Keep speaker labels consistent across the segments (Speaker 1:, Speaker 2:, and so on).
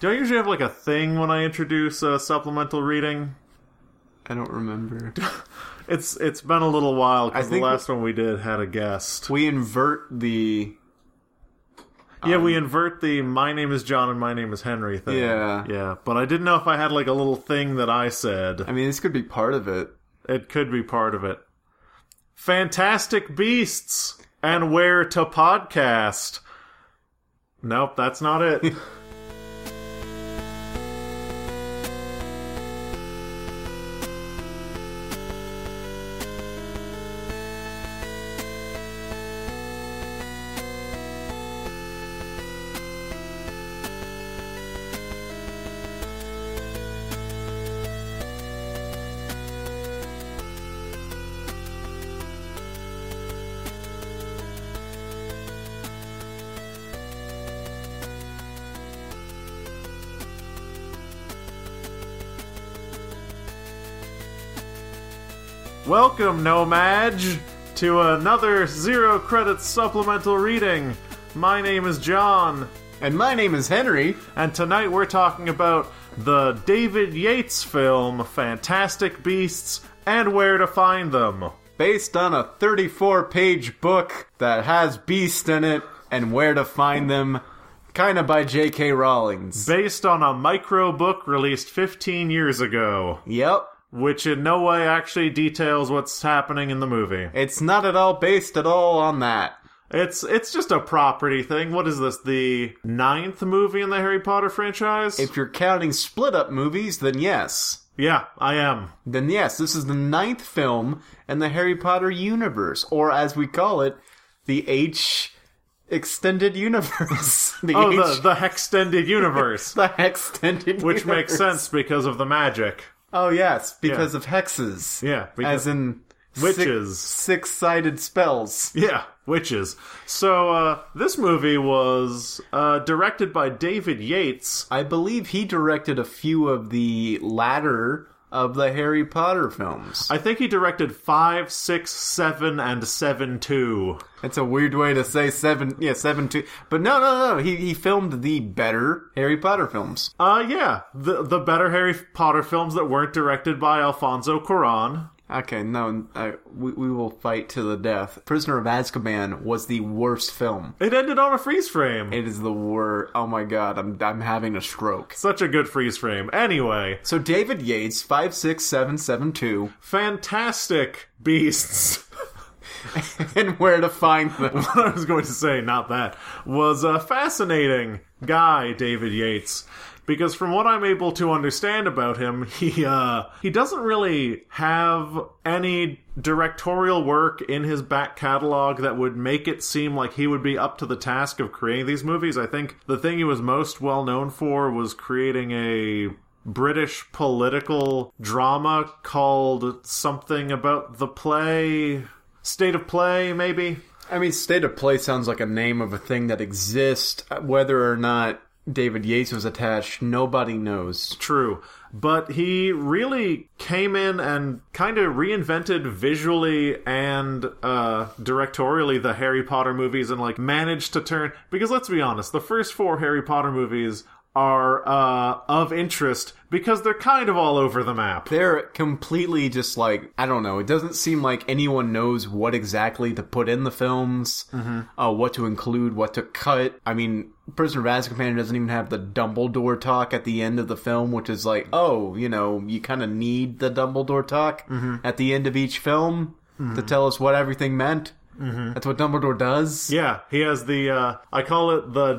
Speaker 1: Do I usually have like a thing when I introduce uh, supplemental reading?
Speaker 2: I don't remember.
Speaker 1: It's it's been a little while
Speaker 2: I
Speaker 1: because the
Speaker 2: think-
Speaker 1: last one we did had a guest.
Speaker 2: we invert the
Speaker 1: yeah, we invert the "My name is John" and "My name is Henry" thing.
Speaker 2: um, Yeah.
Speaker 1: yeah. But I didn't know if I had like a little thing that I said.
Speaker 2: I mean, this could be part of it.
Speaker 1: It could be part of it. Fantastic Beasts and Where to Podcast. Nope, that's not it. Welcome, Nomadge, to another zero credits supplemental reading. My name is John,
Speaker 2: And my name is Henry.
Speaker 1: and tonight we're talking about the David Yates film Fantastic Beasts and Where to Find Them.
Speaker 2: based on a 34 page book that has beast in it and where to find them kind of by jk rowling's
Speaker 1: Based on a micro book released 15 years ago.
Speaker 2: yep
Speaker 1: which in no way actually details what's happening in the movie.
Speaker 2: it's not at all based at all on that
Speaker 1: It's it's just a property thing. What is this? The ninth movie in the Harry Potter franchise?
Speaker 2: if you're counting split up movies then yes
Speaker 1: yeah, I am.
Speaker 2: then yes this is the ninth film in the harry potter universe or as we call it the h extended universe the
Speaker 1: Oh,
Speaker 2: h
Speaker 1: the the Hextended Universe,
Speaker 2: the extended
Speaker 1: which makes
Speaker 2: universe.
Speaker 1: sense because of the magic.
Speaker 2: oh yes because of hexes
Speaker 1: Yeah, because
Speaker 2: as in
Speaker 1: Witches.
Speaker 2: six sided spells.
Speaker 1: yeah, witches. So uh, this movie was uh, directed by David Yates.
Speaker 2: I believe he directed a few of the latter of the Harry Potter films.
Speaker 1: I think he directed five, six, seven, and seven two.
Speaker 2: It's a weird way to say seven, yeah, seven two. But no, no, no. He he filmed the better Harry Potter films.
Speaker 1: Uh, yeah, the the better Harry Potter films that weren't directed by Alfonso Cuarón.
Speaker 2: Okay, no, I, we we will fight to the death. Prisoner of Azkaban was the worst film.
Speaker 1: It ended on a freeze frame.
Speaker 2: It is the worst. Oh my god, I'm I'm having a stroke.
Speaker 1: Such a good freeze frame. Anyway,
Speaker 2: So David Yates, five six seven seven two,
Speaker 1: fantastic beasts.
Speaker 2: and where to find them?
Speaker 1: what I was going to say, not that, was a fascinating guy, David Yates. Because from what I'm able to understand about him, he uh, he doesn't really have any directorial work in his back catalog that would make it seem like he would be up to the task of creating these movies. I think the thing he was most well known for was creating a British political drama called something about the play, State of Play, maybe.
Speaker 2: I mean, state of play sounds like a name of a thing that exists. Whether or not David Yates was attached, nobody knows.
Speaker 1: True. But he really came in and kind of reinvented visually and uh, directorially the Harry Potter movies and like managed to turn. Because let's be honest, the first four Harry Potter movies are uh, of interest because they're kind of all over the map.
Speaker 2: They're completely just like, I don't know, it doesn't seem like anyone knows what exactly to put in the films, uh, what to include, what to cut. I mean, Prisoner of Azkaban doesn't even have the Dumbledore talk at the end of the film, which is like, oh, you know, you kind of need the Dumbledore talk at the end of each film to tell us what everything meant. That's what Dumbledore does.
Speaker 1: Yeah, he has the, uh, I call it the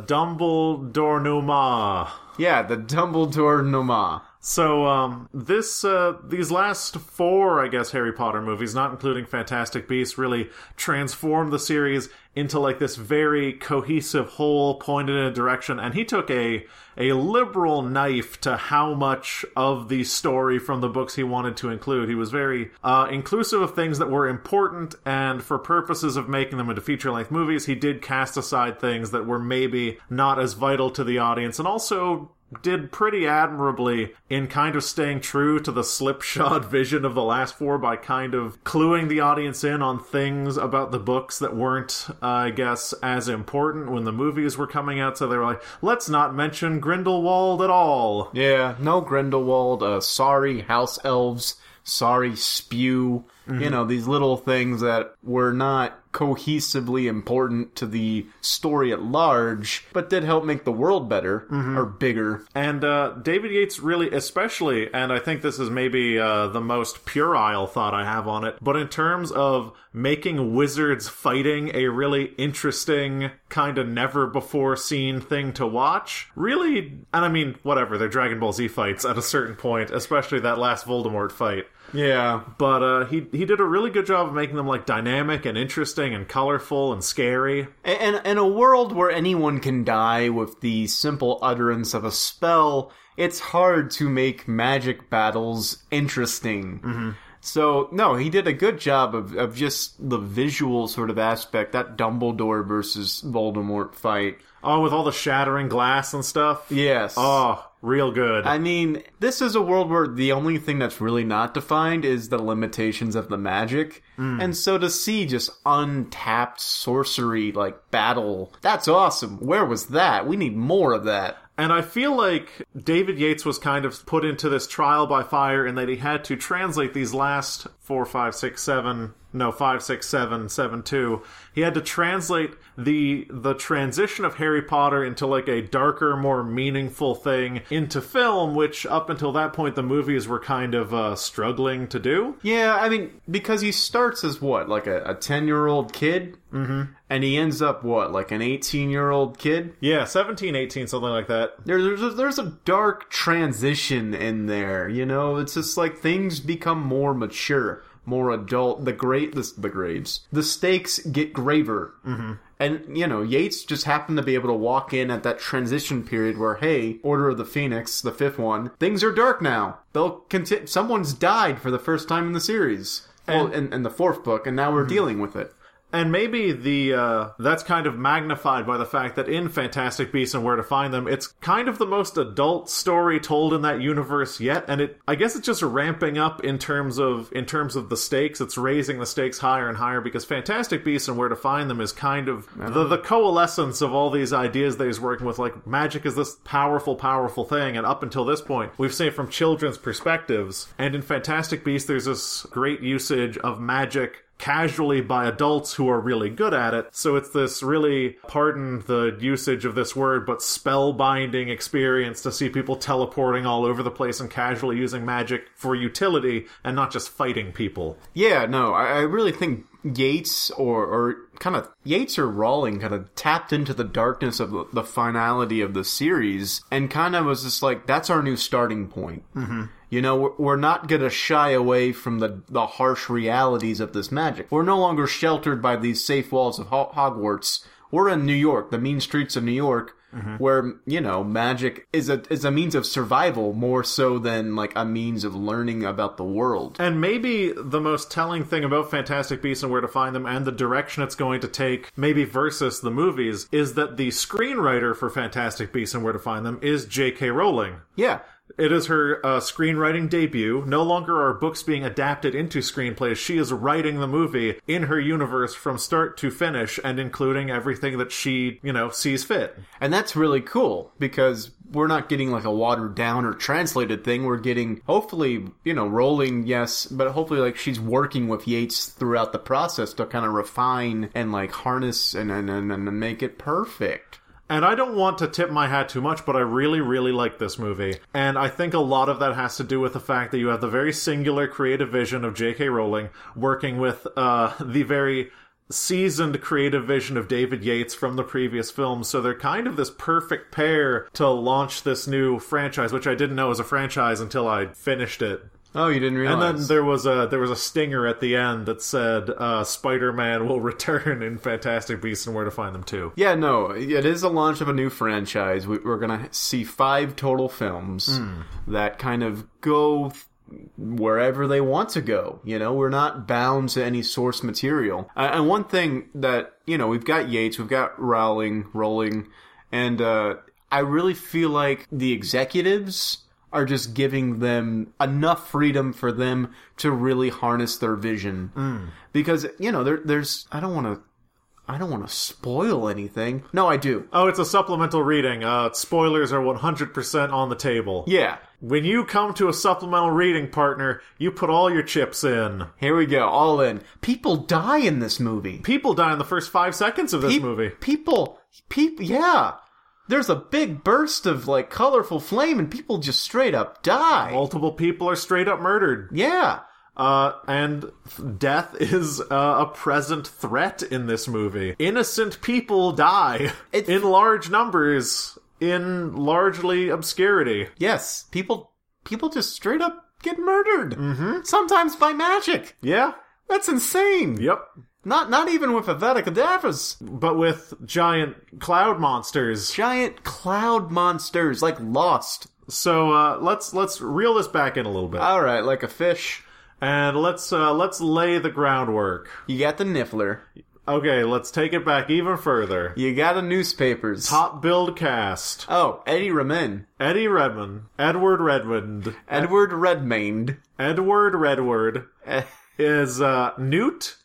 Speaker 1: Dumbledore Numa.
Speaker 2: Yeah, the Dumbledore Noma.
Speaker 1: So um, this uh, these last four, I guess, Harry Potter movies, not including Fantastic Beasts, really transformed the series into like this very cohesive whole, pointed in a direction. And he took a a liberal knife to how much of the story from the books he wanted to include. He was very uh, inclusive of things that were important, and for purposes of making them into feature length movies, he did cast aside things that were maybe not as vital to the audience, and also did pretty admirably in kind of staying true to the slipshod vision of the last four by kind of cluing the audience in on things about the books that weren't, uh, I guess, as important when the movies were coming out. So they were like, let's not mention Grindelwald at all.
Speaker 2: Yeah, no Grindelwald. Uh, sorry, house elves. Sorry, spew. You know these little things that were not cohesively important to the story at large, but did help make the world better or bigger.
Speaker 1: And uh, David Yates really, especially, and I think this is maybe uh, the most puerile thought I have on it, but in terms of making wizards fighting a really interesting, kind of never before seen thing to watch, really, and I mean, whatever, they're Dragon Ball Z fights at a certain point, especially that last Voldemort fight
Speaker 2: Yeah,
Speaker 1: but uh, he he did a really good job of making them like dynamic and interesting and colorful and scary.
Speaker 2: And in a world where anyone can die with the simple utterance of a spell, it's hard to make magic battles interesting. Mm-hmm. So, no, he did a good job of, of just the visual sort of aspect, that Dumbledore versus Voldemort fight. Ah,
Speaker 1: Oh, with all the shattering glass and stuff.
Speaker 2: Yes.
Speaker 1: Oh, real good.
Speaker 2: I mean, this is a world where the only thing that's really not defined is the limitations of the magic. And so to see just untapped sorcery, like battle, that's awesome. Where was that? We need more of that.
Speaker 1: And I feel like David Yates was kind of put into this trial by fire in that he had to translate these last four, five, six, seven, no, five, six, seven, seven, two. He had to translate the the transition of Harry Potter into like a darker, more meaningful thing into film, which up until that point the movies were kind of uh, struggling to do.
Speaker 2: Yeah, I mean, because he starts as what, like a 10 year old kid? Mm-hmm. And he ends up what, like an 18 year old kid?
Speaker 1: Yeah, 17, 18, something like that.
Speaker 2: There, there's a, there's a dark transition in there, you know. It's just like things become more mature, more adult. The great the, the graves, the stakes get graver, mm-hmm. and you know Yates just happened to be able to walk in at that transition period where, hey, Order of the Phoenix, the fifth one, things are dark now. They'll conti- Someone's died for the first time in the series, well, in, in the fourth book, and now we're dealing with it.
Speaker 1: And maybe the uh, that's kind of magnified by the fact that in Fantastic Beasts and Where to Find Them, it's kind of the most adult story told in that universe yet. And it, I guess, it's just ramping up in terms of in terms of the stakes. It's raising the stakes higher and higher because Fantastic Beasts and Where to Find Them is kind of the the coalescence of all these ideas that he's working with. Like magic is this powerful, powerful thing, and up until this point, we've seen it from children's perspectives. And in Fantastic Beasts, there's this great usage of magic casually by adults who are really good at it. So it's this really, pardon the usage of this word, but spellbinding experience to see people teleporting all over the place and casually using magic for utility and not just fighting people.
Speaker 2: Yeah, no, I, I really think Yates or, or kind of Yates or Rawling kind of tapped into the darkness of the, the finality of the series and kind of was just like, that's our new starting point. Mm-hmm. You know, we're, we're not going to shy away from the, the harsh realities of this magic. We're no longer sheltered by these safe walls of Ho- Hogwarts. We're in New York, the mean streets of New York. Where you know magic is a is a means of survival more so than like a means of learning about the world.
Speaker 1: And maybe the most telling thing about Fantastic Beasts and Where to Find Them and the direction it's going to take, maybe versus the movies, is that the screenwriter for Fantastic Beasts and Where to Find Them is J.K. Rowling.
Speaker 2: Yeah,
Speaker 1: It is her uh, screenwriting debut. No longer are books being adapted into screenplays. She is writing the movie in her universe from start to finish and including everything that she, you know, sees fit.
Speaker 2: And that's really cool because we're not getting like a watered down or translated thing. We're getting hopefully, you know, rolling, yes, but hopefully like she's working with Yates throughout the process to kind of refine and like harness and and, and, and make it perfect.
Speaker 1: And I don't want to tip my hat too much, but I really, really like this movie. And I think a lot of that has to do with the fact that you have the very singular creative vision of J.K. Rowling working with uh, the very seasoned creative vision of David Yates from the previous film. So they're kind of this perfect pair to launch this new franchise, which I didn't know was a franchise until I finished it.
Speaker 2: Oh, you didn't realize.
Speaker 1: And then there was a there was a stinger at the end that said uh, Spider-Man will return in Fantastic Beasts and Where to Find Them too.
Speaker 2: Yeah, no, it is the launch of a new franchise. We, we're going to see five total films that kind of go th- wherever they want to go. You know, we're not bound to any source material. Uh, and one thing that, you know, we've got Yates, we've got Rowling, Rolling, and, uh, I really feel like the executives are just giving them enough freedom for them to really harness their vision. Because, you know, there, there's, I don't want to, I don't want to spoil anything. No, I do.
Speaker 1: Oh, it's a supplemental reading. Uh, spoilers are 100% on the table.
Speaker 2: Yeah.
Speaker 1: When you come to a supplemental reading partner, you put all your chips in.
Speaker 2: Here we go. All in. People die in this movie.
Speaker 1: People die in the first five seconds of this
Speaker 2: Pe-
Speaker 1: movie.
Speaker 2: People, people, yeah. There's a big burst of like colorful flame, and people just straight up die.
Speaker 1: Multiple people are straight up murdered.
Speaker 2: yeah,
Speaker 1: Uh, and death is uh, a present threat in this movie. Innocent people die
Speaker 2: It's-
Speaker 1: in large numbers in largely obscurity.
Speaker 2: yes, people, people just straight up get murdered. Mm-hmm. Sometimes by magic.
Speaker 1: Yeah.
Speaker 2: That's insane.
Speaker 1: Yep.
Speaker 2: Not, not even with Avada Kedavra's
Speaker 1: But with giant cloud monsters.
Speaker 2: giant cloud monsters like Lost.
Speaker 1: So uh, let's let's reel this back in a little bit,
Speaker 2: All right, like a fish.
Speaker 1: and let's uh, let's lay the groundwork.
Speaker 2: You got the Niffler.
Speaker 1: Okay, let's take it back even further.
Speaker 2: You got the newspapers.
Speaker 1: Top build cast:
Speaker 2: Oh, Eddie Remen,
Speaker 1: Eddie Redmond, Edward Redmond,
Speaker 2: Edward Redmayne.
Speaker 1: Edward Redward
Speaker 2: Eh,
Speaker 1: is uh, Newt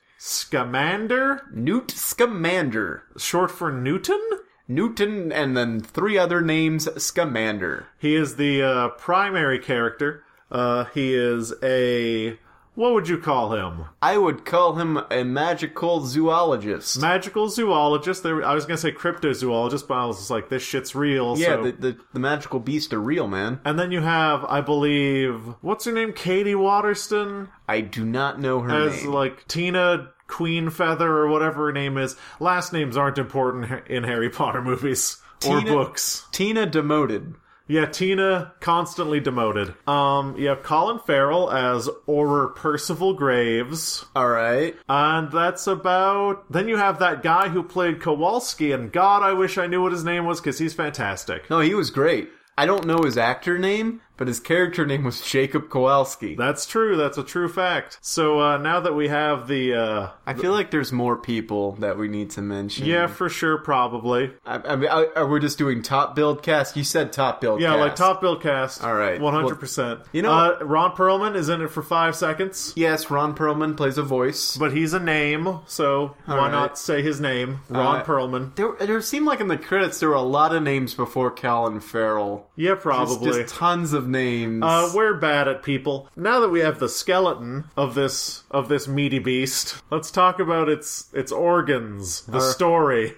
Speaker 1: Scamander,
Speaker 2: Newt Scamander.
Speaker 1: short for Newton.
Speaker 2: Newton and then three other names Scamander.
Speaker 1: He is the uh, primary character. Uh, he is a what would you call him?
Speaker 2: I would call him a magical zoologist.
Speaker 1: Magical zoologist. There, I was gonna say cryptozoologist, but I was just like, this shit's real.
Speaker 2: yeah,
Speaker 1: so-
Speaker 2: the, the, the magical beasts are real, man.
Speaker 1: And then you have, I believe, what's her name? Katie Waterston
Speaker 2: I do not know her
Speaker 1: as
Speaker 2: name.
Speaker 1: like Tina Queen Feather or whatever her name is. Last names aren't important ha- in Harry Potter movies or
Speaker 2: Tina-
Speaker 1: books.
Speaker 2: Tina demoted.
Speaker 1: Yeah, Tina constantly demoted. Um, you have Colin Farrell as Auror Percival Graves,
Speaker 2: All right.
Speaker 1: and that's about. Then you have that guy who played Kowalski, and God, I wish I knew what his name was because he's fantastic.
Speaker 2: No, he was great. I don't know his actor name, but his character name was Jacob Kowalski.
Speaker 1: That's true. That's a true fact. So uh, now that we have the uh,
Speaker 2: I feel like there's more people that we need to mention.
Speaker 1: Yeah, for sure, probably.
Speaker 2: I, I mean, I, I, we're just doing top build cast. You said top build
Speaker 1: Yeah,
Speaker 2: cast.
Speaker 1: like top bill cast.
Speaker 2: All right.
Speaker 1: one hundred percent.
Speaker 2: you know-
Speaker 1: uh, Ron Perlman is in it for five seconds,
Speaker 2: Yes, Ron Perlman plays a voice.
Speaker 1: but he's a name, so why
Speaker 2: right.
Speaker 1: not say his name, Ron
Speaker 2: right.
Speaker 1: Perlman?
Speaker 2: There, there seemed like in the credits there were a lot of names before Colin Farrell.
Speaker 1: Yeah,
Speaker 2: There's
Speaker 1: probably.
Speaker 2: just tons of names.
Speaker 1: uh, we're bad at people. Now that we have the skeleton of this of this meaty beast, let's talk about its its organs, the story,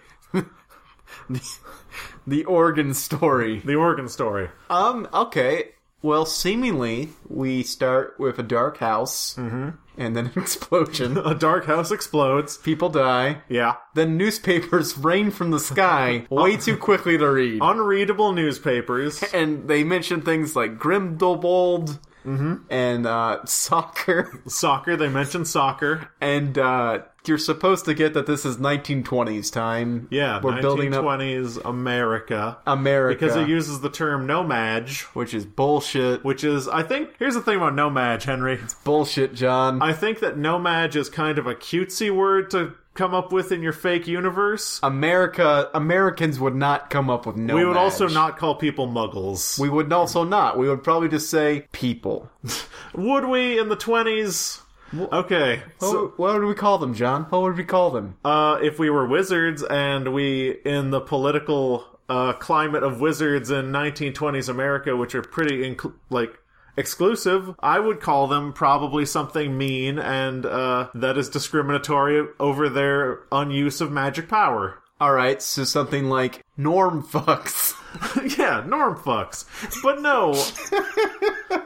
Speaker 2: the organ story.
Speaker 1: the organ story.
Speaker 2: Um. Okay. Well, seemingly we start with a dark house,
Speaker 1: Mm-hmm.
Speaker 2: and then an explosion.
Speaker 1: A dark house explodes.
Speaker 2: People die.
Speaker 1: Yeah,
Speaker 2: Then newspapers rain from the sky way too quickly to read.
Speaker 1: unreadable newspapers.
Speaker 2: And they mention things like Grimdelwald
Speaker 1: Mm-hmm.
Speaker 2: and uh, soccer.
Speaker 1: soccer. They mentioned soccer.
Speaker 2: and uh, you're supposed to get that this is 1920s time.
Speaker 1: Yeah,
Speaker 2: we're building up
Speaker 1: 1920s America.
Speaker 2: America,
Speaker 1: because it uses the term nomad,
Speaker 2: which is bullshit.
Speaker 1: which is I think here's the thing about nomad, Henry.
Speaker 2: Bullshit, John.
Speaker 1: I think that nomad is kind of a cutesy word to come up with in your fake universe.
Speaker 2: America, Americans would not come up with no.
Speaker 1: we would also
Speaker 2: match.
Speaker 1: not call people muggles.
Speaker 2: We would also not. We would probably just say people.
Speaker 1: would we in the 20s? Okay. So,
Speaker 2: So, what would we call them, John? What would we call them?
Speaker 1: uh, if we were wizards and we in the political uh, climate of wizards in 1920s America, which are pretty inc- like exclusive, I would call them probably something mean and uh, that is discriminatory over their unuse of magic power.
Speaker 2: All right, so something like norm fucks.
Speaker 1: yeah, norm fucks. But no,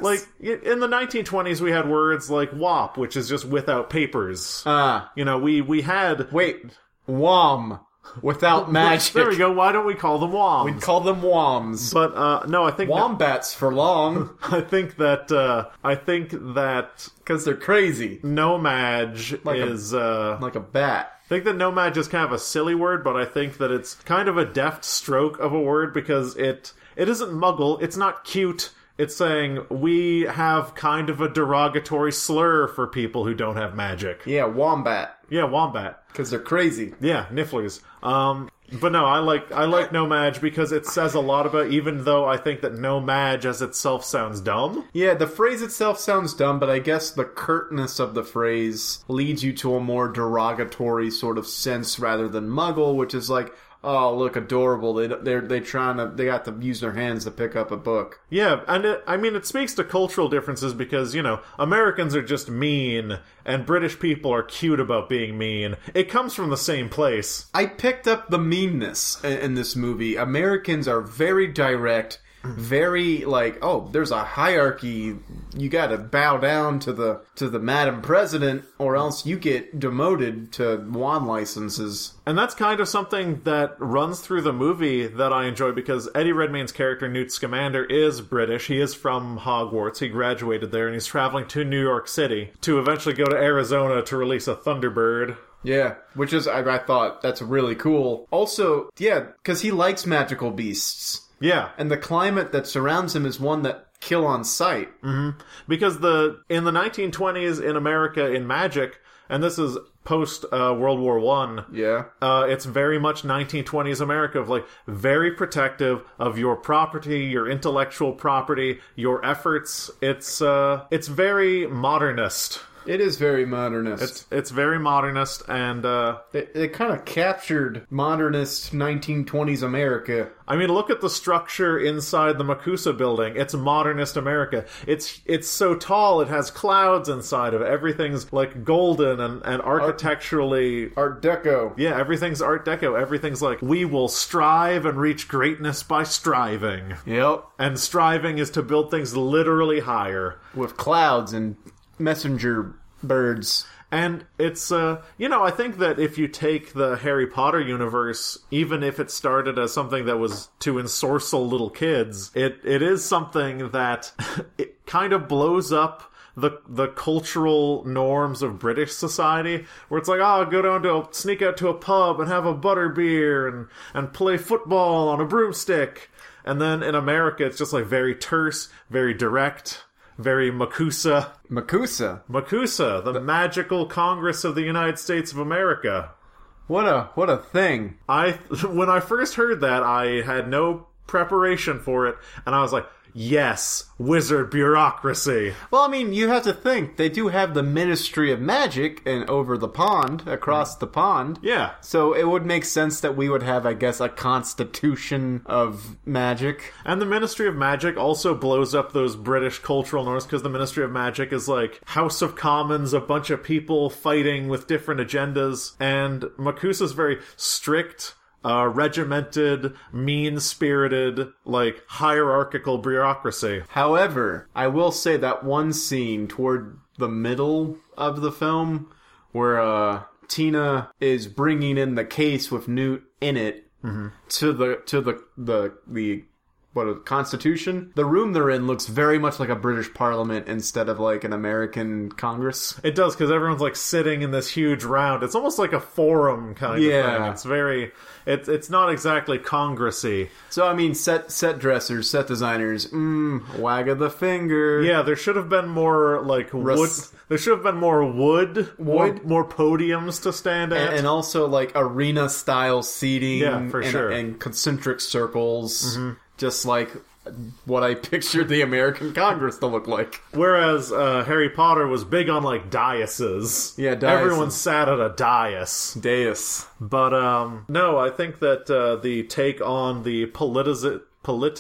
Speaker 1: like i- in the 1920s, we had words like "wop," which is just without papers.
Speaker 2: Ah,
Speaker 1: you know, we we had.
Speaker 2: wait, wom without magic.
Speaker 1: There we go. Why don't we call them woms?
Speaker 2: Call them woms.
Speaker 1: But uh, no, I think
Speaker 2: Wombats for long,
Speaker 1: I think that uh, I think that
Speaker 2: because they're crazy,
Speaker 1: nomad
Speaker 2: a-
Speaker 1: is. uh,
Speaker 2: like a bat.
Speaker 1: I think that nomad is kind of a silly word, but I think that it's kind of a deft stroke of a word because it it isn't muggle. It's not cute. It's saying we have kind of a derogatory slur for people who don't have magic.
Speaker 2: Yeah, wombat,
Speaker 1: Yeah, wombat.
Speaker 2: because they're crazy.
Speaker 1: Yeah, nifflers. Um, But no, I like I like No Madge because it says a lot about. Even though I think that No Madge as itself sounds dumb,
Speaker 2: Yeah, the phrase itself sounds dumb, but I guess the curtness of the phrase leads you to a more derogatory sort of sense rather than muggle, which is like, oh, look, adorable. They they're they trying to they got to use their hands to pick up a book.
Speaker 1: Yeah, and it, I mean, it speaks to cultural differences because, you know, Americans are just mean, and British people are cute about being mean. It comes from the same place.
Speaker 2: I picked up the meanness in, in this movie. Americans are very direct, very like, oh, there's a hierarchy. You got to bow down to the to the madam president, or else you get demoted to wand licenses.
Speaker 1: And that's kind of something that runs through the movie that I enjoy because Eddie Redmayne's character, Newt Scamander, is British. He is from Hogwarts. He graduated there, and he's traveling to New York City to eventually go to Arizona to release a Thunderbird.
Speaker 2: Yeah, which is I, I thought that's really cool. Also, yeah, because he likes magical beasts,
Speaker 1: Yeah.
Speaker 2: and the climate that surrounds him is one that kill on sight.
Speaker 1: because the in the 1920s in America in magic, and this is post uh, World War One.
Speaker 2: Yeah,
Speaker 1: Uh, it's very much 1920s America of like very protective of your property, your intellectual property, your efforts. It's uh, it's very modernist.
Speaker 2: it is very modernist.
Speaker 1: It's very modernist, and uh,
Speaker 2: it, it kind of captured modernist 1920s America.
Speaker 1: I mean, look at the structure inside the Makusa building. It's modernist America. It's it's so tall. It has clouds inside of it. Everything's like golden and, and architecturally
Speaker 2: Art Deco.
Speaker 1: Yeah, everything's Art Deco. Everything's like, we will strive and reach greatness by striving.
Speaker 2: Yep.
Speaker 1: And striving is to build things literally higher.
Speaker 2: With clouds and messenger birds.
Speaker 1: And it's, uh, you know, I think that if you take the Harry Potter universe, even if it started as something that was to ensorcel little kids, it, it is something that it kind of blows up the the cultural norms of British society, where it's like, oh, go down to a, sneak out to a pub and have a butter beer and and play football on a broomstick, and then in America, it's just like very terse, very direct, very Makusa.
Speaker 2: Makusa.
Speaker 1: Makusa, the, magical Congress of the United States of America.
Speaker 2: What a what a thing.
Speaker 1: I when I first heard that, I had no preparation for it, and I was like, "Yes, wizard bureaucracy."
Speaker 2: Well, I mean, you have to think they do have the Ministry of Magic and over the pond, across the pond.
Speaker 1: Yeah,
Speaker 2: So it would make sense that we would have, I guess, a constitution of magic.
Speaker 1: and the Ministry of Magic also blows up those British cultural norms because the Ministry of Magic is like House of Commons, a bunch of people fighting with different agendas, and Makusa's very strict. Uh, regimented, mean spirited, like hierarchical bureaucracy.
Speaker 2: However, I will say that one scene toward the middle of the film where uh, Tina is bringing in the case with Newt in it to the to the the the what a constitution. The room they're in looks very much like a British Parliament instead of like an American Congress.
Speaker 1: It does because everyone's like sitting in this huge round. It's almost like a forum kind of
Speaker 2: Yeah.
Speaker 1: thing. It's very, it's it's not exactly congressy.
Speaker 2: So I mean, set set dressers, set designers, mm, wag of the finger.
Speaker 1: Yeah, there should have been more like wood.
Speaker 2: Rus-
Speaker 1: There should have been more wood,
Speaker 2: Wood?
Speaker 1: more, more podiums to stand at.
Speaker 2: and, and also like arena style seating
Speaker 1: Yeah, for
Speaker 2: and,
Speaker 1: sure. Mm-hmm.
Speaker 2: and concentric circles just like what i pictured the american congress to look like
Speaker 1: Whereas uh, Harry Potter was big on like daises.
Speaker 2: Yeah, daises.
Speaker 1: everyone sat at a dais.
Speaker 2: dais
Speaker 1: But um, no, I think that uh, the take on the politiz-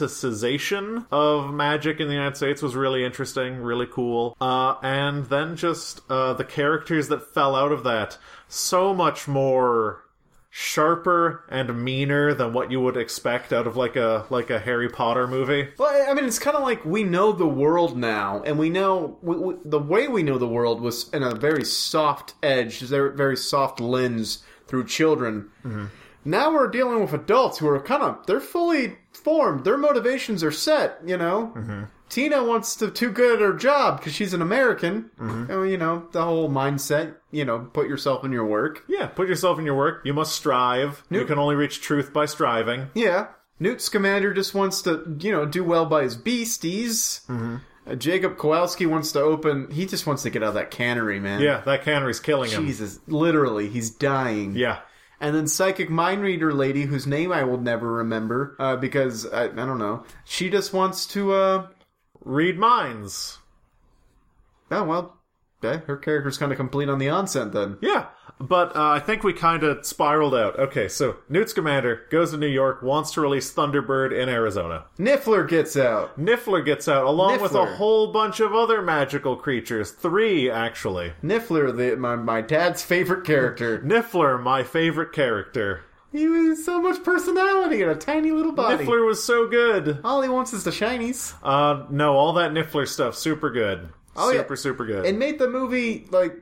Speaker 1: politicization of magic in the United States was really interesting, really cool. Uh, and then just uh, the characters that fell out of that, so much more sharper and meaner than what you would expect out of like a like a Harry Potter movie.
Speaker 2: well i mean it's kind of like we know the world now and we know we, we, the way we know the world was in a very soft edge very very soft lens through children now we're dealing with adults who are kind of they're fully formed their motivations are set you know tina wants to too good at her job because she's an american Oh, you know the whole mindset you know put yourself in your work
Speaker 1: Yeah, put yourself in your work. You must strive. You can only reach truth by striving.
Speaker 2: yeah newt scamander just wants to you know do well by his beasties
Speaker 1: Mm-hmm.
Speaker 2: Uh, jacob kowalski wants to open he just wants to get out of that cannery man
Speaker 1: Yeah, that cannery's killing him.
Speaker 2: jesus literally he's dying
Speaker 1: Yeah.
Speaker 2: And then psychic mind reader lady, whose name I will never remember uh, because I, I don't know. She just wants to. Uh,
Speaker 1: Read minds.
Speaker 2: oh well, eh, her character's kind of complete on the onset then.
Speaker 1: Yeah, but uh, I think we kind of spiraled out. Okay, so Newt's commander goes to New York, wants to release Thunderbird in Arizona.
Speaker 2: Niffler gets out.
Speaker 1: Niffler gets out along with a
Speaker 2: Niffler.
Speaker 1: whole bunch of other magical creatures. Three, actually.
Speaker 2: Niffler, the, my my dad's favorite character.
Speaker 1: Niffler, my favorite character.
Speaker 2: He was so much personality in a tiny little body.
Speaker 1: Niffler was so good.
Speaker 2: All he wants is the shinies.
Speaker 1: Uh, no, all that Niffler stuff, super good.
Speaker 2: Oh, yeah.
Speaker 1: super, super good.
Speaker 2: It made the movie like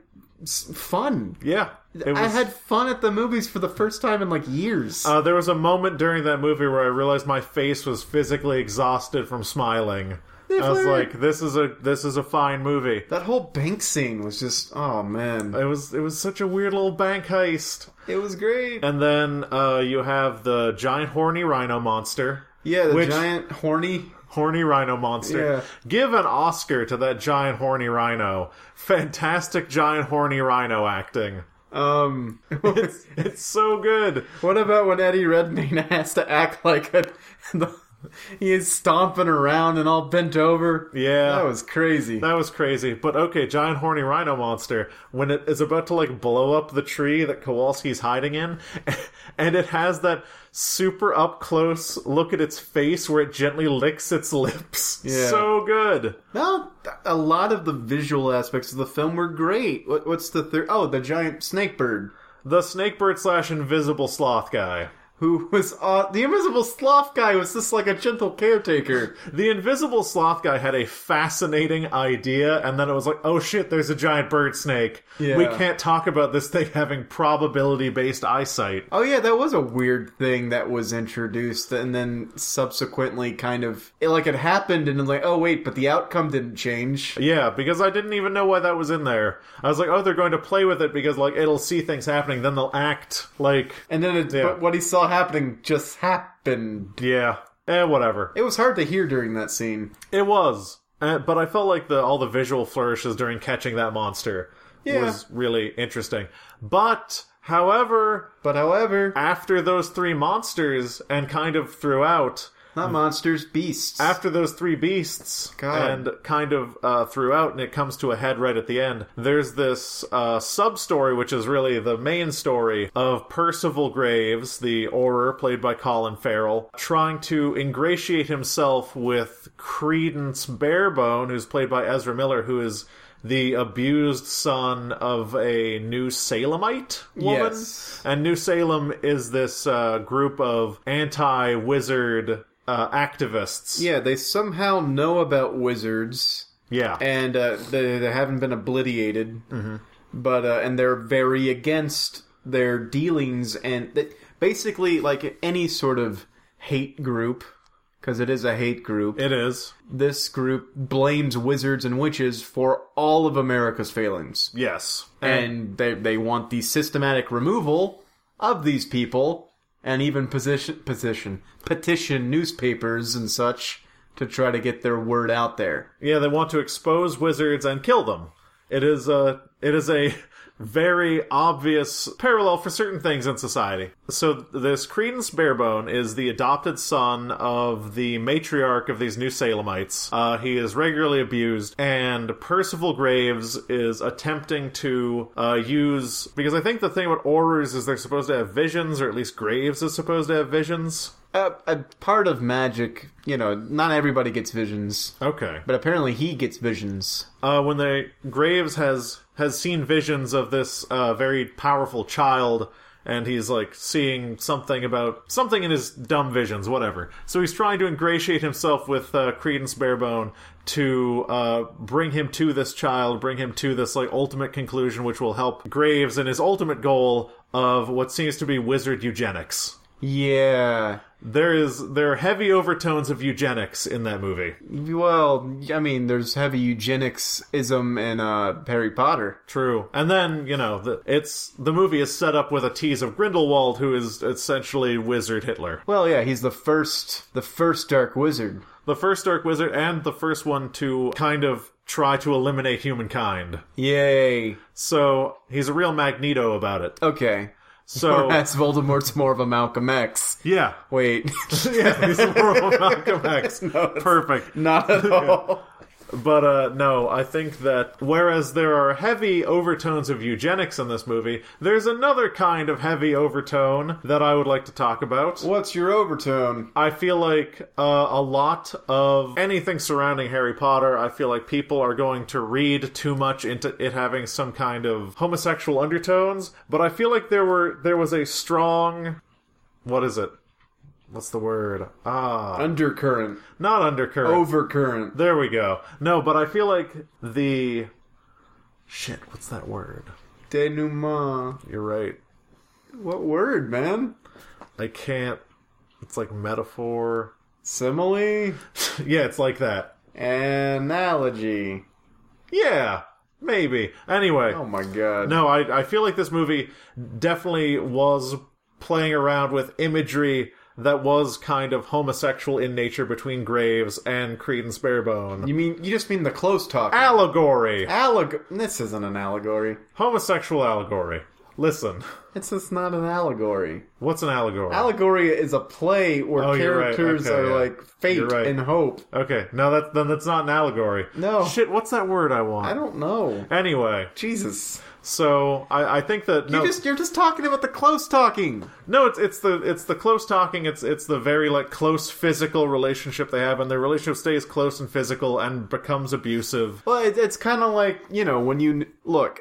Speaker 2: s- fun.
Speaker 1: yeah, it was.
Speaker 2: I had fun at the movies for the first time in like years.
Speaker 1: uh, there was a moment during that movie where I realized my face was physically exhausted from smiling. I was
Speaker 2: Niffler.
Speaker 1: like, "This is a this is a fine movie."
Speaker 2: that whole bank scene was just oh man,
Speaker 1: It was it was such a weird little bank heist.
Speaker 2: it was great.
Speaker 1: And then uh, you have the giant horny rhino monster.
Speaker 2: Yeah, the
Speaker 1: Which-
Speaker 2: giant horny.
Speaker 1: Horny rhino monster.
Speaker 2: Yeah.
Speaker 1: Give an Oscar to that giant horny rhino. Fantastic giant horny rhino acting.
Speaker 2: Um,
Speaker 1: It's so good.
Speaker 2: what about when Eddie Redmayne has to act like a, the, he is stomping around and all bent over?
Speaker 1: Yeah.
Speaker 2: that was crazy.
Speaker 1: That was crazy. But okay, giant horny rhino monster, when it is about to like blow up the tree that Kowalski's hiding in, and it has that super up close look at its face where it gently licks its lips.
Speaker 2: Yeah.
Speaker 1: So good.
Speaker 2: No, a lot of the visual aspects of the film were great. What, what's the third? Oh, the giant snake bird
Speaker 1: The snakebird slash invisible sloth guy.
Speaker 2: who was uh, the invisible sloth guy was just like a gentle caretaker.
Speaker 1: The invisible sloth guy had a fascinating idea, and then it was like, oh shit, there's a giant bird snake.
Speaker 2: Yeah.
Speaker 1: We can't talk about this thing having probability based eyesight.
Speaker 2: Oh yeah, that was a weird thing that was introduced, and then subsequently kind of it, like it happened, and then like oh wait, but the outcome didn't change.
Speaker 1: Yeah, because I didn't even know why that was in there. I was like, oh, they're going to play with it because like it'll see things happening, then they'll act like
Speaker 2: And then it,
Speaker 1: Yeah.
Speaker 2: but what he saw happening just happened.
Speaker 1: yeah, eh, whatever.
Speaker 2: It was hard to hear during that scene.
Speaker 1: It was, uh, but I felt like the all the visual flourishes during catching that monster
Speaker 2: Yeah.
Speaker 1: was really interesting. But however,
Speaker 2: But however,
Speaker 1: after those three monsters and kind of throughout,
Speaker 2: not monsters, beasts.
Speaker 1: after those three beasts
Speaker 2: God.
Speaker 1: and kind of uh, throughout and it comes to a head right at the end there's this uh, sub story which is really the main story of percival graves the orer played by colin farrell trying to ingratiate himself with credence barebone who's played by ezra miller who is the abused son of a new Salemite woman.
Speaker 2: Yes.
Speaker 1: And New Salem is this uh, group of anti wizard uh, activists.
Speaker 2: yeah, they somehow know about wizards.
Speaker 1: Yeah.
Speaker 2: and uh, they, they haven't been obliterated. But uh, and they're very against their dealings and th- basically like any sort of hate group, because it is a hate group.
Speaker 1: it is.
Speaker 2: This group blames wizards and witches for all of America's failings,
Speaker 1: Yes.
Speaker 2: and they they want the systematic removal of these people and even position position petition newspapers and such to try to get their word out there.
Speaker 1: yeah, they want to expose wizards and kill them. It is a it is a very obvious parallel for certain things in society. So this Credence Barebone is the adopted son of the matriarch of these New Salemites. Uh, he is regularly abused, and Percival Graves is attempting to uh, use because I think the thing about aurors is they're supposed to have visions, or at least Graves is supposed to have visions.
Speaker 2: a, a part of magic, you know, not everybody gets visions,
Speaker 1: Okay,
Speaker 2: but apparently he gets visions.
Speaker 1: uh, when the Graves has has seen visions of this uh, very powerful child, and he's like seeing something about something in his dumb visions, whatever. So he's trying to ingratiate himself with uh, Credence Barebone to uh, bring him to this child, bring him to this like ultimate conclusion, which will help Graves in his ultimate goal of what seems to be wizard eugenics.
Speaker 2: Yeah.
Speaker 1: There is there are heavy overtones of eugenics in that movie.
Speaker 2: Well, I mean, there's heavy eugenicsism in uh, Harry Potter.
Speaker 1: True. And then, you know, the, it's the movie is set up with a tease of Grindelwald who is essentially wizard Hitler.
Speaker 2: Well, yeah, he's the first, the first Dark Wizard.
Speaker 1: The first dark wizard and the first one to kind of try to eliminate humankind.
Speaker 2: Yay.
Speaker 1: So, he's a real magneto about it.
Speaker 2: Okay.
Speaker 1: So
Speaker 2: Whereas Voldemort's more of a Malcolm X.
Speaker 1: yeah,
Speaker 2: Wait,
Speaker 1: yeah, he's a world of Malcolm X. Perfect.
Speaker 2: not at all.
Speaker 1: But uh, no, I think that whereas there are heavy overtones of eugenics in this movie, there's another kind of heavy overtone that I would like to talk about.
Speaker 2: What's your overtone?
Speaker 1: I feel like uh, a lot of anything surrounding Harry Potter, I feel like people are going to read too much into it having some kind of homosexual undertones. But I feel like there were there was a strong, what is it? What's the word? Ah,
Speaker 2: Undercurrent,
Speaker 1: not undercurrent.
Speaker 2: overcurrent.
Speaker 1: There we go. No, but I feel like the shit. What's that word?
Speaker 2: Denouement.
Speaker 1: You're right.
Speaker 2: What word, man?
Speaker 1: I can't. It's like metaphor.
Speaker 2: Simile,
Speaker 1: yeah, it's like that.
Speaker 2: analogy.
Speaker 1: Yeah, maybe. Anyway,
Speaker 2: Oh my god.
Speaker 1: no, I I feel like this movie definitely was playing around with imagery that was kind of homosexual in nature between Graves and Creedence Barebone.
Speaker 2: You mean you just mean the close talk?
Speaker 1: Allegory,
Speaker 2: Alleg. This isn't an allegory.
Speaker 1: homosexual allegory. Listen,
Speaker 2: It's just not an allegory.
Speaker 1: what's an allegory?
Speaker 2: Allegory is a play where
Speaker 1: Oh, you're right.
Speaker 2: characters
Speaker 1: Okay,
Speaker 2: are
Speaker 1: yeah.
Speaker 2: like fate
Speaker 1: You're right.
Speaker 2: and hope.
Speaker 1: Okay, no, that's then that's not an allegory.
Speaker 2: No.
Speaker 1: shit. What's that word I want?
Speaker 2: I don't know.
Speaker 1: Anyway,
Speaker 2: Jesus,
Speaker 1: so I, I think that no,
Speaker 2: you just you're just talking about the close talking.
Speaker 1: no, it's it's the it's the close talking. It's it's the very like close physical relationship they have, and their relationship stays close and physical and becomes abusive.
Speaker 2: Well, it, it's kind of like you know when you kn- look.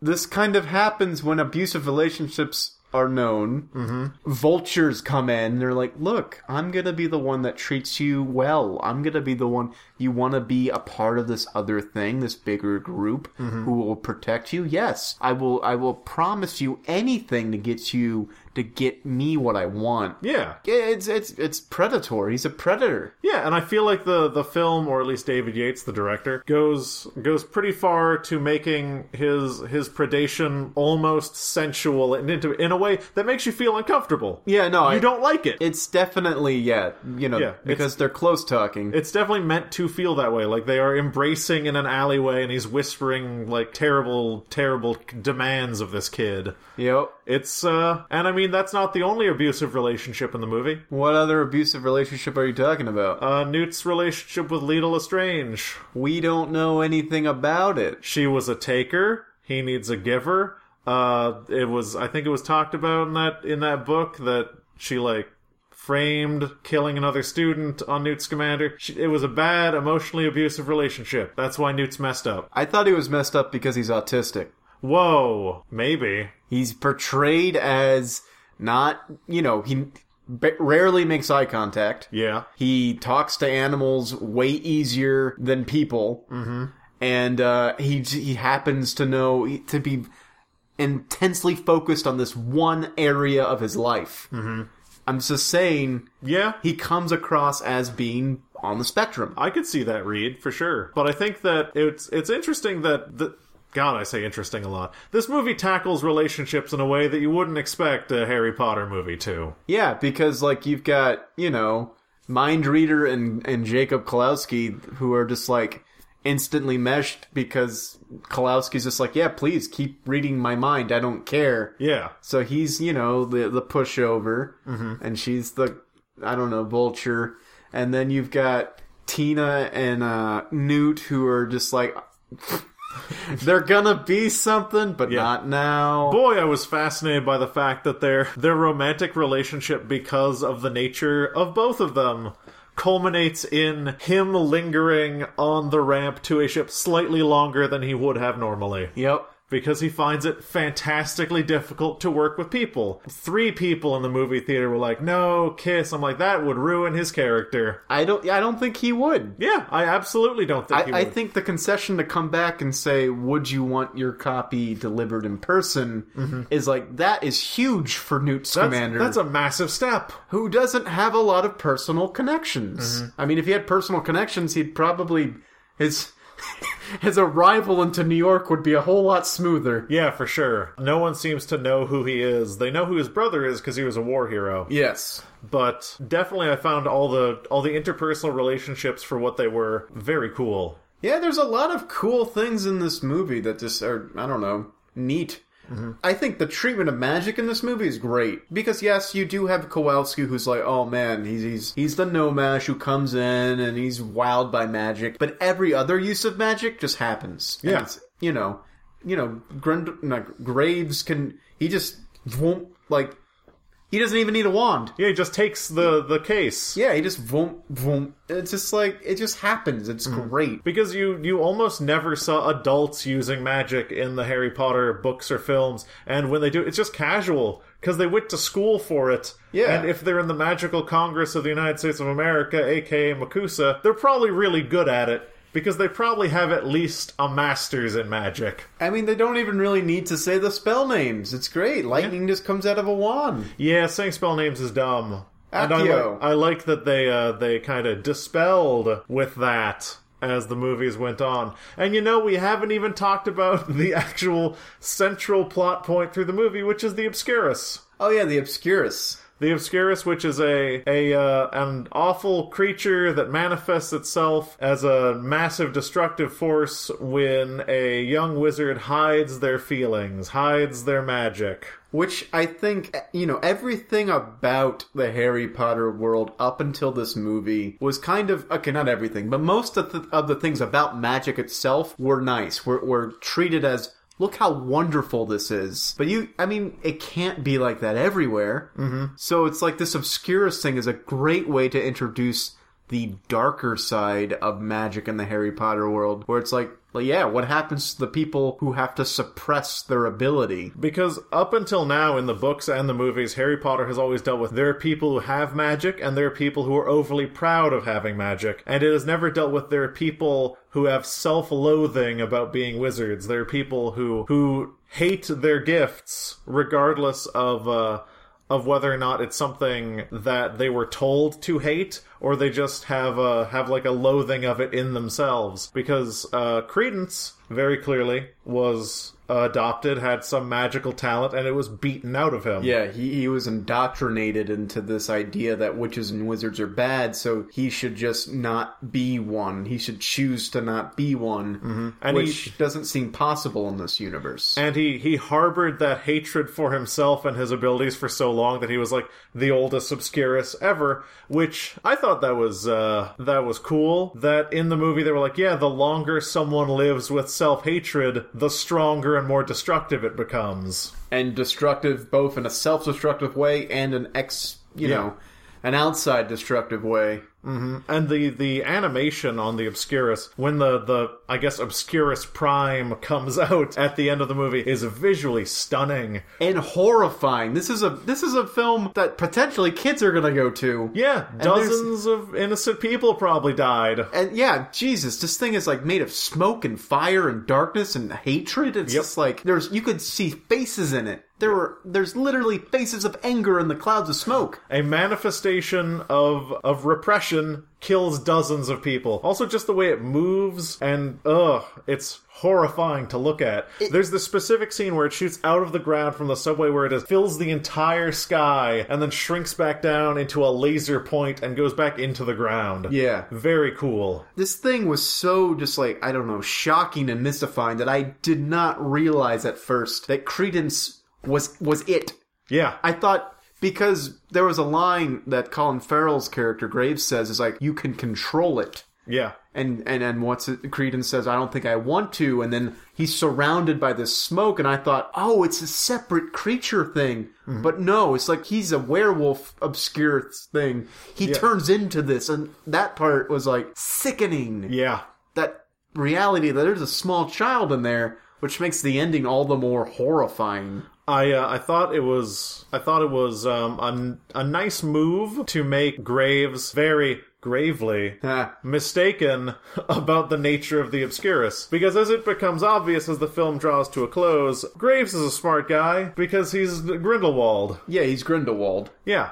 Speaker 2: This kind of happens when abusive relationships are known. Mm-hmm. Vultures come in. They're like, "Look, I'm gonna be the one that treats you well. I'm gonna be the one you want to be a part of this other thing, this bigger group who will protect you. Yes, I will. I will promise you anything to get you to get me what I want.
Speaker 1: Yeah,
Speaker 2: It's it's it's predatory. He's a predator.
Speaker 1: yeah, and I feel like the the film, or at least David Yates, the director, goes goes pretty far to making his his predation almost sensual and into in a way that makes you feel uncomfortable.
Speaker 2: Yeah, no,
Speaker 1: you don't like it.
Speaker 2: It's definitely yeah, you know,
Speaker 1: Yeah,
Speaker 2: because they're close talking.
Speaker 1: it's definitely meant to feel that way. Like they are embracing in an alleyway, and he's whispering like terrible, terrible demands of this kid.
Speaker 2: Yep.
Speaker 1: It's uh, and I mean that's not the only abusive relationship in the movie.
Speaker 2: What other abusive relationship are you talking about?
Speaker 1: Uh, Newt's relationship with Lita Lestrange.
Speaker 2: we don't know anything about it.
Speaker 1: She was a taker. He needs a giver. Uh, it was I think it was talked about in that in that book that she like framed killing another student on Newt's commander. She, it was a bad, emotionally abusive relationship. That's why Newt's messed up.
Speaker 2: I thought he was messed up because he's autistic.
Speaker 1: Whoa, maybe.
Speaker 2: He's portrayed as not, you know, he b- rarely makes eye contact.
Speaker 1: Yeah.
Speaker 2: He talks to animals way easier than people, mm-hmm. and uh, he he happens to know to be intensely focused on this one area of his life. Mm-hmm. I'm just saying
Speaker 1: Yeah.
Speaker 2: he comes across as being on the spectrum.
Speaker 1: I could see that read for sure. But I think that it's it's interesting that the God, I say interesting a lot. This movie tackles relationships in a way that you wouldn't expect a Harry Potter movie to.
Speaker 2: Yeah, because like you've got you know Mind Reader and and Jacob Kalowski who are just like instantly meshed because Kalowski's just like yeah please keep reading my mind I don't care.
Speaker 1: Yeah.
Speaker 2: So he's, you know, the the pushover,
Speaker 1: Mm-hmm.
Speaker 2: and she's the, I don't know, vulture. And then you've got Tina and uh, Newt who are just like, they're gonna be something, but not now.
Speaker 1: Boy, I was fascinated by the fact that their their romantic relationship because of the nature of both of them culminates in him lingering on the ramp to a ship slightly longer than he would have normally.
Speaker 2: yep.
Speaker 1: because he finds it fantastically difficult to work with people. Three people in the movie theater were like, "No, kiss." I'm like, that would ruin his character.
Speaker 2: I don't. I don't think he would.
Speaker 1: Yeah, I absolutely don't think he
Speaker 2: I, I
Speaker 1: would.
Speaker 2: think the concession to come back and say, "Would you want your copy delivered in person?" is like that is huge for Newt's
Speaker 1: Mm-hmm. that's,
Speaker 2: commander.
Speaker 1: that's a massive step.
Speaker 2: who doesn't have a lot of personal connections. I mean, if he had personal connections, he'd probably his his arrival into New York would be a whole lot smoother.
Speaker 1: Yeah, for sure. No one seems to know who he is. They know who his brother is because he was a war hero.
Speaker 2: Yes.
Speaker 1: But definitely, I found all the all the interpersonal relationships for what they were very cool.
Speaker 2: Yeah, there's a lot of cool things in this movie that just are I don't know, neat. I think the treatment of magic in this movie is great because yes, you do have Kowalski who's like, oh man, he's he's, he's the nomash who comes in and he's wowed by magic, but every other use of magic just happens. And
Speaker 1: Yeah.
Speaker 2: it's, you know, you know, Grund, not, Graves can he just won't like he doesn't even need a wand.
Speaker 1: Yeah, he just takes the the case.
Speaker 2: Yeah, he just won't, won't. It's just like it just happens. It's great.
Speaker 1: because you you almost never saw adults using magic in the Harry Potter books or films, and when they do, it's just casual because they went to school for it.
Speaker 2: Yeah.
Speaker 1: and if they're in the Magical Congress of the United States of America, aka Makusa, they're probably really good at it because they probably have at least a master's in magic.
Speaker 2: I mean, they don't even really need to say the spell names. It's great. Lightning just comes out of a wand.
Speaker 1: Yeah, saying spell names is dumb. And I,
Speaker 2: Accio.
Speaker 1: like, I like that they uh, they kind of dispelled with that as the movies went on. And you know, we haven't even talked about the actual central plot point through the movie, which is the Obscurus.
Speaker 2: Oh yeah, the Obscurus.
Speaker 1: The Obscurus, which is a a uh, an awful creature that manifests itself as a massive destructive force when a young wizard hides their feelings, hides their magic.
Speaker 2: Which I think, you know, everything about the Harry Potter world up until this movie was kind of, okay, not everything, but most of the, of the things about magic itself were nice, were, were treated as, look how wonderful this is. But you, I mean, it can't be like that everywhere. Mm-hmm. So it's like this Obscurus thing is a great way to introduce the darker side of magic in the Harry Potter world, where it's like, well, yeah, what happens to the people who have to suppress their ability?
Speaker 1: Because up until now, in the books and the movies, Harry Potter has always dealt with there are people who have magic and there are people who are overly proud of having magic. And it has never dealt with there are people who have self loathing about being wizards. There are people who, who hate their gifts regardless of, uh, of whether or not it's something that they were told to hate or they just have a have like a loathing of it in themselves because uh credence very clearly was uh, adopted had some magical talent and it was beaten out of him
Speaker 2: Yeah, he, he was indoctrinated into this idea that witches and wizards are bad, so he should just not be one. He should choose to not be one,
Speaker 1: Mm-hmm. And
Speaker 2: which
Speaker 1: he-
Speaker 2: doesn't seem possible in this universe.
Speaker 1: and he he harbored that hatred for himself and his abilities for so long that he was like the oldest obscurus ever which i thought that was uh that was cool that in the movie they were like yeah the longer someone lives with self-hatred the stronger and more destructive it becomes
Speaker 2: and destructive both in a self-destructive way and an ex, you
Speaker 1: Yeah.
Speaker 2: know, an outside destructive way.
Speaker 1: and the the animation on the obscurus when the the i guess obscurus prime comes out at the end of the movie is visually stunning
Speaker 2: And horrifying. This is a this is a film that potentially kids are gonna go to.
Speaker 1: yeah
Speaker 2: there's-
Speaker 1: dozens of innocent people probably died
Speaker 2: And yeah, Jesus, this thing is like made of smoke and fire and darkness and hatred. It's
Speaker 1: Yep.
Speaker 2: just like there's you could see faces in it. There were there's literally faces of anger in the clouds of smoke.
Speaker 1: a manifestation of of repression kills dozens of people also just the way it moves and ugh it's horrifying to look at there's this specific scene where it shoots out of the ground from the subway where it is, fills the entire sky and then shrinks back down into a laser point and goes back into the ground
Speaker 2: Yeah.
Speaker 1: very cool
Speaker 2: This thing was so just like I don't know, shocking and mystifying that I did not realize at first that Credence was was it.
Speaker 1: yeah
Speaker 2: I thought because there was a line that Colin Farrell's character Graves says is like you can control it.
Speaker 1: yeah
Speaker 2: and and and what's it, Credence says, "I don't think I want to," and then he's surrounded by this smoke, and I thought, "Oh, it's a separate creature thing," but no, it's like he's a werewolf obscure thing. He turns into this, and that part was like sickening.
Speaker 1: yeah
Speaker 2: That reality that there's a small child in there, which makes the ending all the more horrifying.
Speaker 1: I uh, I thought it was I thought it was um, a, n- a nice move to make Graves very gravely
Speaker 2: Ah.
Speaker 1: mistaken about the nature of the Obscurus because as it becomes obvious as the film draws to a close, Graves is a smart guy because he's Grindelwald.
Speaker 2: Yeah, he's Grindelwald.
Speaker 1: Yeah,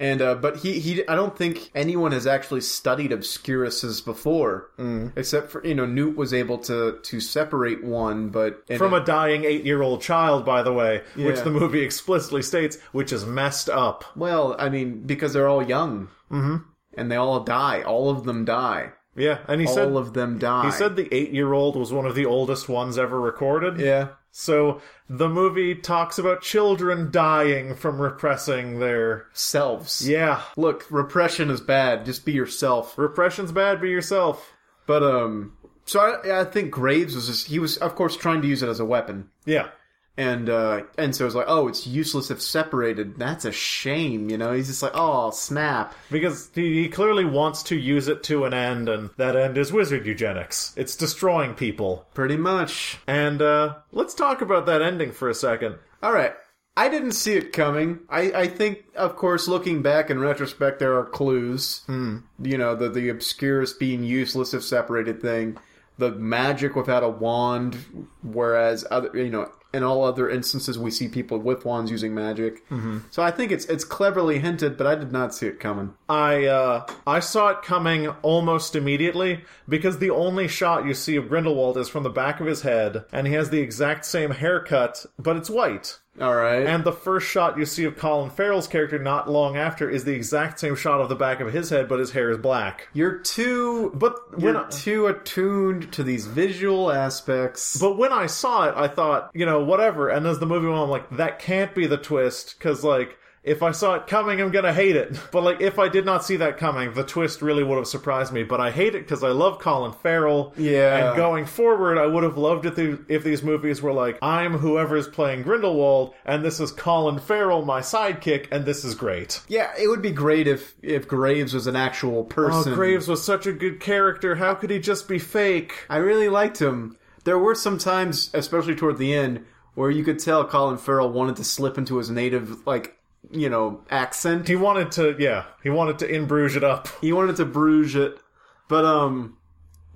Speaker 2: And uh, but he he I don't think anyone has actually studied obscuruses before,
Speaker 1: Mm.
Speaker 2: except for you know Newt was able to to separate one, but and
Speaker 1: from a dying eight year old child, by the way, which
Speaker 2: Yeah.
Speaker 1: the movie explicitly states, which is messed up.
Speaker 2: well, I mean because they're all young, mm-hmm. and they all die. All of them die.
Speaker 1: Yeah, and he said
Speaker 2: all of them die.
Speaker 1: he said the eight year old was one of the oldest ones ever recorded.
Speaker 2: yeah.
Speaker 1: So the movie talks about children dying from repressing their.
Speaker 2: Selves.
Speaker 1: Yeah.
Speaker 2: Look, repression is bad. Just be yourself.
Speaker 1: Repression's bad, be yourself.
Speaker 2: But um, so I, I think Graves was just he was of course trying to use it as a weapon,
Speaker 1: Yeah.
Speaker 2: and uh, and so it was like, oh, it's useless if separated. That's a shame, you know. He's just like, oh, snap.
Speaker 1: Because he, he clearly wants to use it to an end, and that end is wizard eugenics. It's destroying people.
Speaker 2: Pretty much.
Speaker 1: And uh, let's talk about that ending for a second.
Speaker 2: All right. I didn't see it coming. I, I think, of course, looking back in retrospect, there are clues. Mm. You know, the, the obscurest being useless if separated thing, the magic without a wand, whereas other, you know, in all other instances, we see people with wands using magic. Mm-hmm. So I think it's it's cleverly hinted, but I did not see it coming.
Speaker 1: I uh, I saw it coming almost immediately because the only shot you see of Grindelwald is from the back of his head, and he has the exact same haircut, but it's white.
Speaker 2: All right.
Speaker 1: And the first shot you see of Colin Farrell's character not long after is the exact same shot of the back of his head, but his hair is black.
Speaker 2: you're too, but
Speaker 1: But
Speaker 2: you're
Speaker 1: when I,
Speaker 2: too attuned to these visual aspects.
Speaker 1: but when I saw it, I thought, you know, whatever. And as the movie went, on, I'm like, that can't be the twist because like. If I saw it coming, I'm gonna hate it. But like, if I did not see that coming, the twist really would have surprised me. But I hate it because I love Colin Farrell.
Speaker 2: Yeah.
Speaker 1: And going forward, I would have loved it if- if these movies were like, I'm whoever's playing Grindelwald, and this is Colin Farrell, my sidekick, and this is great.
Speaker 2: yeah, it would be great if if Graves was an actual
Speaker 1: Oh,
Speaker 2: person.
Speaker 1: Graves was such a good character. How could he just be fake?
Speaker 2: I really liked him. There were some times, especially toward the end, where you could tell Colin Farrell wanted to slip into his native, like, you know, accent.
Speaker 1: He wanted to, yeah, he wanted to in Bruges it up.
Speaker 2: He wanted to bruise it. But, um,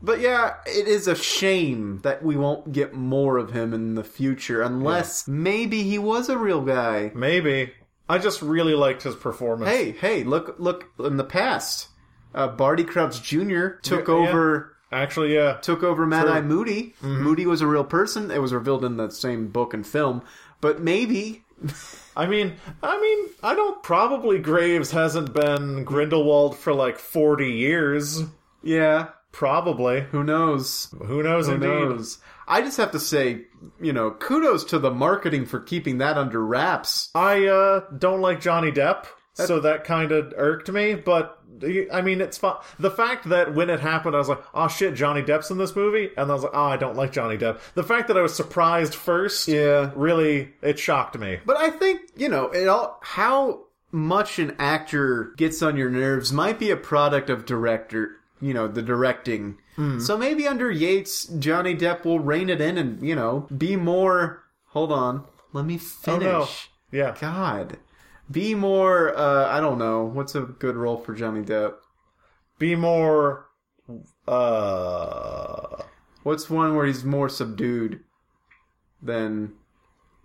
Speaker 2: but yeah, it is a shame that we won't get more of him in the future, unless maybe he was a real guy.
Speaker 1: Maybe. I just really liked his performance.
Speaker 2: Hey, hey, look, look, in the past, uh, Barty Crouch Jr. took
Speaker 1: Yeah, yeah.
Speaker 2: over.
Speaker 1: Actually, yeah.
Speaker 2: took over Mad Eye Moody. Moody was a real person. It was revealed in that same book and film. But maybe
Speaker 1: I mean, I mean, I don't. Probably Graves hasn't been Grindelwald for like 40 years.
Speaker 2: Yeah.
Speaker 1: Probably.
Speaker 2: Who knows?
Speaker 1: Who knows,
Speaker 2: Who
Speaker 1: indeed.
Speaker 2: knows? I just have to say, you know, kudos to the marketing for keeping that under wraps.
Speaker 1: I uh, don't like Johnny Depp, so that kind of irked me. But I mean, it's fun. The fact that when it happened, I was like, "Oh shit, Johnny Depp's in this movie," and I was like, "Oh, I don't like Johnny Depp." The fact that I was surprised first,
Speaker 2: Yeah.
Speaker 1: really, it shocked me.
Speaker 2: But I think, you know, it all how much an actor gets on your nerves might be a product of director, you know, the directing.
Speaker 1: Hmm.
Speaker 2: So maybe under Yates, Johnny Depp will rein it in and, you know, be more hold on, let me
Speaker 1: Oh,
Speaker 2: finish.
Speaker 1: no. Yeah,
Speaker 2: God. Be more, uh, I don't know. What's a good role for Johnny Depp?
Speaker 1: be more. Uh,
Speaker 2: What's one where he's more subdued than.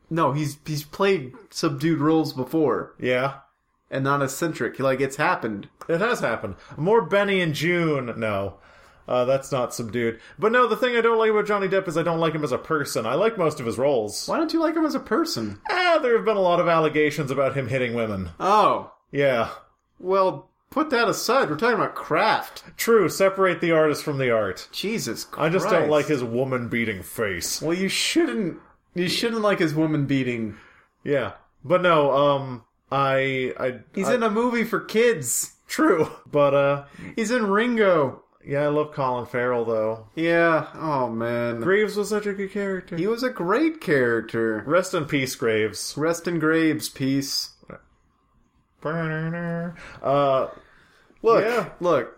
Speaker 2: No, he's he's played subdued roles before
Speaker 1: yeah,
Speaker 2: and not eccentric. Like, it's happened.
Speaker 1: it has happened. More Benny and June. No. Uh, that's not subdued. But no, the thing I don't like about Johnny Depp is I don't like him as a person. I like most of his roles.
Speaker 2: Why don't you like him as a person?
Speaker 1: Ah, there have been a lot of allegations about him hitting women.
Speaker 2: Oh,
Speaker 1: Yeah.
Speaker 2: well, put that aside. We're talking about craft.
Speaker 1: True, separate the artist from the art.
Speaker 2: Jesus
Speaker 1: I
Speaker 2: Christ.
Speaker 1: just don't like his woman beating face.
Speaker 2: Well, you shouldn't. You shouldn't like his woman beating.
Speaker 1: Yeah. But no, um I I
Speaker 2: He's
Speaker 1: I-
Speaker 2: in a movie for kids.
Speaker 1: True. But uh
Speaker 2: He's in Ringo.
Speaker 1: yeah, I love Colin Farrell though.
Speaker 2: Yeah. Oh man.
Speaker 1: Graves was such a good character.
Speaker 2: He was a great character.
Speaker 1: Rest in peace, Graves.
Speaker 2: Rest in graves, peace.
Speaker 1: Uh
Speaker 2: Look,
Speaker 1: Yeah.
Speaker 2: look,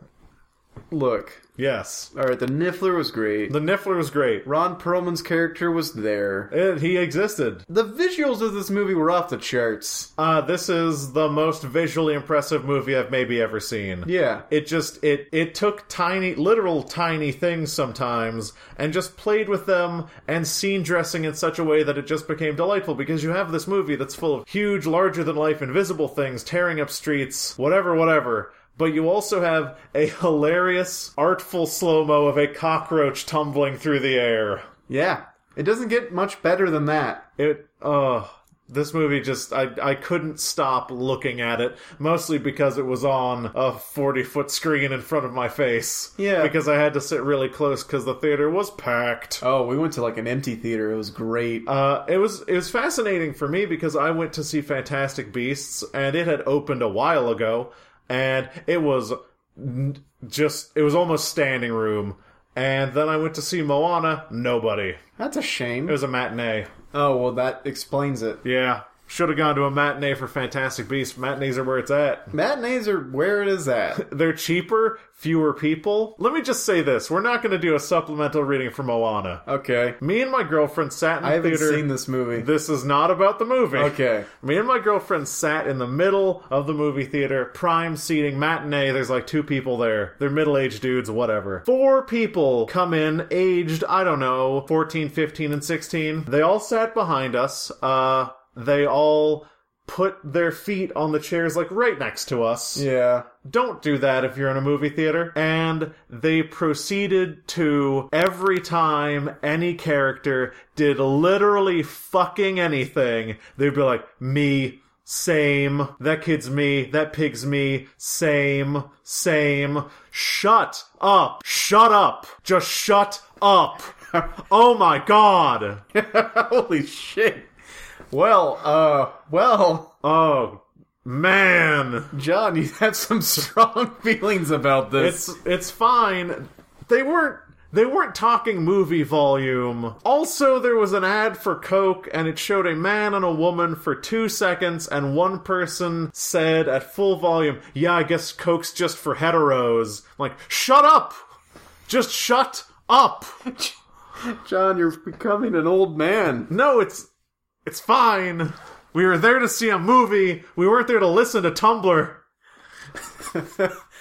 Speaker 2: look.
Speaker 1: yes.
Speaker 2: All right, the Niffler was great.
Speaker 1: The Niffler was great.
Speaker 2: Ron Perlman's character was there.
Speaker 1: It, he existed.
Speaker 2: The visuals of this movie were off the charts.
Speaker 1: Uh this is the most visually impressive movie I've maybe ever seen.
Speaker 2: Yeah.
Speaker 1: it just it it took tiny literal tiny things sometimes and just played with them and scene dressing in such a way that it just became delightful because you have this movie that's full of huge larger than life invisible things tearing up streets whatever whatever but you also have a hilarious artful slow-mo of a cockroach tumbling through the air
Speaker 2: Yeah. It doesn't get much better than that.
Speaker 1: it uh This movie just I I couldn't stop looking at it, mostly because it was on a 40 foot screen in front of my face.
Speaker 2: Yeah.
Speaker 1: Because I had to sit really close because the theater was packed.
Speaker 2: Oh, we went to like an empty theater. It was great.
Speaker 1: Uh, it was it was fascinating for me because I went to see Fantastic Beasts and it had opened a while ago and it was n- just it was almost standing room and then I went to see Moana nobody it
Speaker 2: That's a shame.
Speaker 1: was a matinee
Speaker 2: oh well, that explains it.
Speaker 1: yeah should have gone to a matinee for Fantastic Beasts matinees are where it's at
Speaker 2: Matinees are where it is at.
Speaker 1: they're cheaper fewer people let me just say this we're not going to do a supplemental reading for Moana
Speaker 2: Okay,
Speaker 1: me and my girlfriend sat in
Speaker 2: I haven't
Speaker 1: theater
Speaker 2: seen this movie.
Speaker 1: this is not about the movie
Speaker 2: Okay,
Speaker 1: Me and my girlfriend sat in the middle of the movie theater, prime seating, matinee. There's like two people there. They're middle aged dudes, whatever. Four people come in, aged, I don't know, 14, 15, and 16. They all sat behind us. Uh, they all put their feet on the chairs, like right next to us.
Speaker 2: yeah.
Speaker 1: Don't do that if you're in a movie theater. And they proceeded to every time any character did literally fucking anything, they'd be like, me, same, that kid's me, that pig's me, same, same. Shut up, shut up, just shut up. oh my god.
Speaker 2: Holy shit. Well, uh, well,
Speaker 1: Oh, man.
Speaker 2: John, you have some strong feelings about this.
Speaker 1: It's it's fine. They weren't they weren't talking movie volume. Also, there was an ad for Coke, and it showed a man and a woman for two seconds, and one person said at full volume, "Yeah, I guess Coke's just for heteros." I'm like, shut up, just shut up.
Speaker 2: John, you're becoming an old man.
Speaker 1: No, it's it's fine. We were there to see a movie. We weren't there to listen to Tumblr.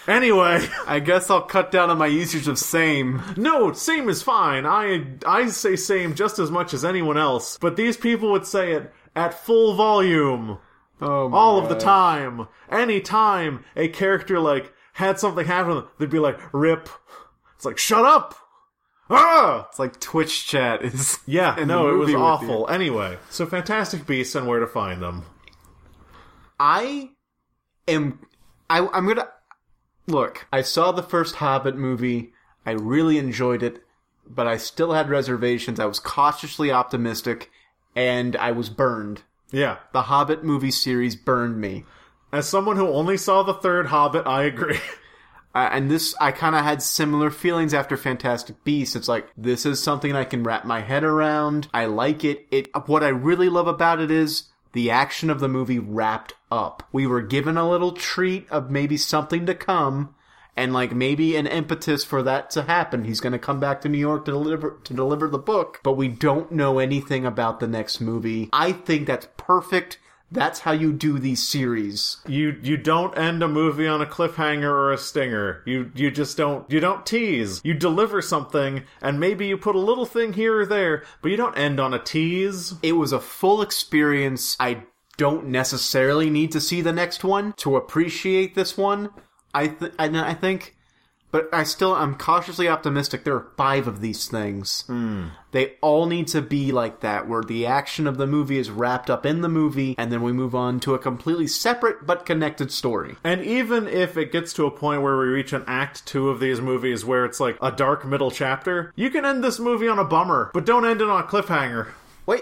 Speaker 1: anyway.
Speaker 2: I guess I'll cut down on my usage of same.
Speaker 1: No, same is fine. I I say same just as much as anyone else, but these people would say it at full volume
Speaker 2: Oh, my
Speaker 1: all of the
Speaker 2: God.
Speaker 1: time. Any time a character like had something happen, to them, they'd be like, "Rip." It's like, "Shut up." Ah!
Speaker 2: It's like Twitch chat is.
Speaker 1: Yeah,
Speaker 2: in the
Speaker 1: no, it was
Speaker 2: movie with you.
Speaker 1: awful. Anyway, so Fantastic Beasts and where to find them.
Speaker 2: I am. I, I'm gonna look. I saw the first Hobbit movie. I really enjoyed it, but I still had reservations. I was cautiously optimistic, and I was burned.
Speaker 1: Yeah.
Speaker 2: The Hobbit movie series burned me.
Speaker 1: As someone who only saw the third Hobbit, I agree.
Speaker 2: Uh, and this, I kind of had similar feelings after Fantastic Beasts. It's like, this is something I can wrap my head around. I like it. It, what I really love about it is the action of the movie wrapped up. We were given a little treat of maybe something to come. And like maybe an impetus for that to happen. He's going to come back to New York to deliver to deliver the book, but we don't know anything about the next movie. I think that's perfect. That's how you do these series.
Speaker 1: you you don't end a movie on a cliffhanger or a stinger. You you just don't you don't tease. You deliver something and maybe you put a little thing here or there, but you don't end on a tease.
Speaker 2: It was a full experience. I don't necessarily need to see the next one to appreciate this one. I th- I, I think, but I still I'm cautiously optimistic. There are five of these things. They all need to be like that, where the action of the movie is wrapped up in the movie, and then we move on to a completely separate but connected story.
Speaker 1: And even if it gets to a point where we reach an act 2 of these movies where it's like a dark middle chapter, you can end this movie on a bummer, but don't end it on a cliffhanger.
Speaker 2: Wait,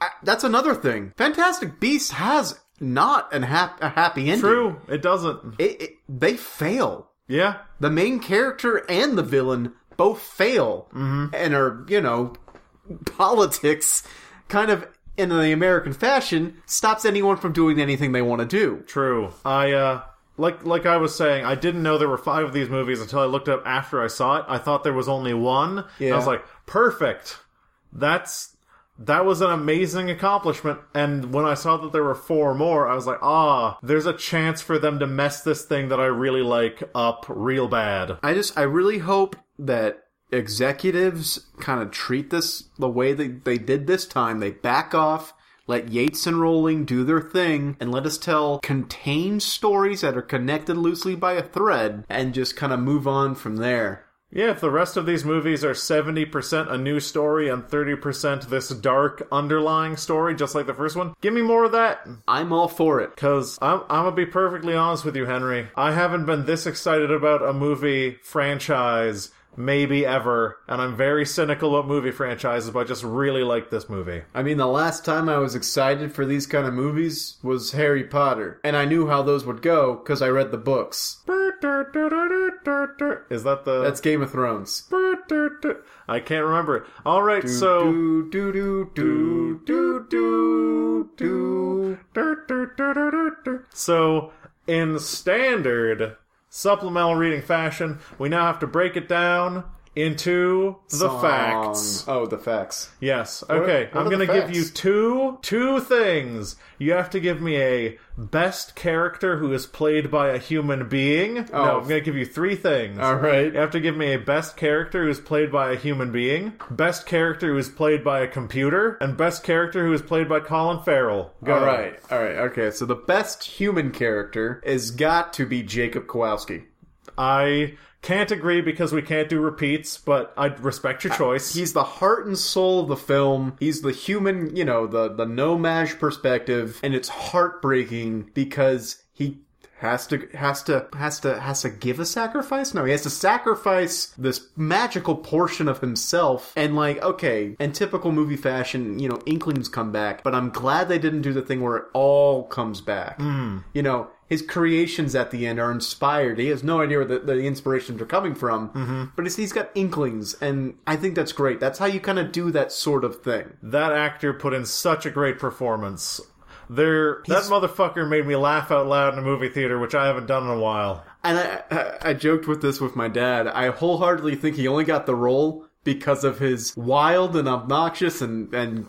Speaker 2: I, that's another thing. Fantastic Beasts has not an hap- a happy ending.
Speaker 1: True, it doesn't.
Speaker 2: It, it, they fail.
Speaker 1: Yeah.
Speaker 2: the main character and the villain both fail and are, you know, politics kind of in the American fashion stops anyone from doing anything they want to do.
Speaker 1: True. I uh like like I was saying, I didn't know there were five of these movies until I looked up after I saw it. I thought there was only one. And I was
Speaker 2: Yeah.
Speaker 1: like, perfect. That's that was an amazing accomplishment. And when I saw that there were four more, I was like, ah, there's a chance for them to mess this thing that I really like up real bad.
Speaker 2: I just, I really hope that executives kind of treat this the way that they did this time. They back off. Let Yates and Rowling do their thing and let us tell contained stories that are connected loosely by a thread and just kind of move on from there.
Speaker 1: Yeah, if the rest of these movies are 70% a new story and 30% this dark underlying story, just like the first one, give me more of that.
Speaker 2: I'm all for it.
Speaker 1: Because I'm, I'm going to be perfectly honest with you, Henry. I haven't been this excited about a movie franchise maybe ever, and I'm very cynical about movie franchises, but I just really like this movie.
Speaker 2: I mean, the last time I was excited for these kind of movies was Harry Potter, and I knew how those would go because I read the books.
Speaker 1: Is that the.
Speaker 2: That's Game of Thrones.
Speaker 1: I can't remember it. All right, so.
Speaker 2: do do do do do do do.
Speaker 1: So, in standard supplemental reading fashion, we now have to break it down into the facts.
Speaker 2: Oh, the facts.
Speaker 1: Yes. Okay.
Speaker 2: what
Speaker 1: I'm
Speaker 2: are
Speaker 1: going
Speaker 2: the
Speaker 1: to give
Speaker 2: facts?
Speaker 1: you two two things. You have to give me a best character who is played by a human being. No,
Speaker 2: Oh.
Speaker 1: I'm going to give you three things.
Speaker 2: All right.
Speaker 1: You have to give me a best character who is played by a human being, best character who is played by a computer, and best character who is played by Colin Farrell. Go.
Speaker 2: All right. All right. Okay. So the best human character has got to be Jacob Kowalski.
Speaker 1: I can't agree because we can't do repeats, but I respect your choice.
Speaker 2: He's the heart and soul of the film. He's the human, you know, the the nomad perspective, and it's heartbreaking because he has to has to has to has to give a sacrifice. No, he has to sacrifice this magical portion of himself. And like, okay, in typical movie fashion, you know, inklings come back, but I'm glad they didn't do the thing where it all comes back. You know. His creations at the end are inspired. He has no idea where the, the inspirations are coming from,
Speaker 1: Mm-hmm.
Speaker 2: but it's, he's got inklings, and I think that's great. That's how you kind of do that sort of thing.
Speaker 1: that actor put in such a great performance. There, that motherfucker made me laugh out loud in a movie theater, which I haven't done in a while.
Speaker 2: And I, I, I joked with this with my dad. I wholeheartedly think he only got the role because of his wild and obnoxious and, and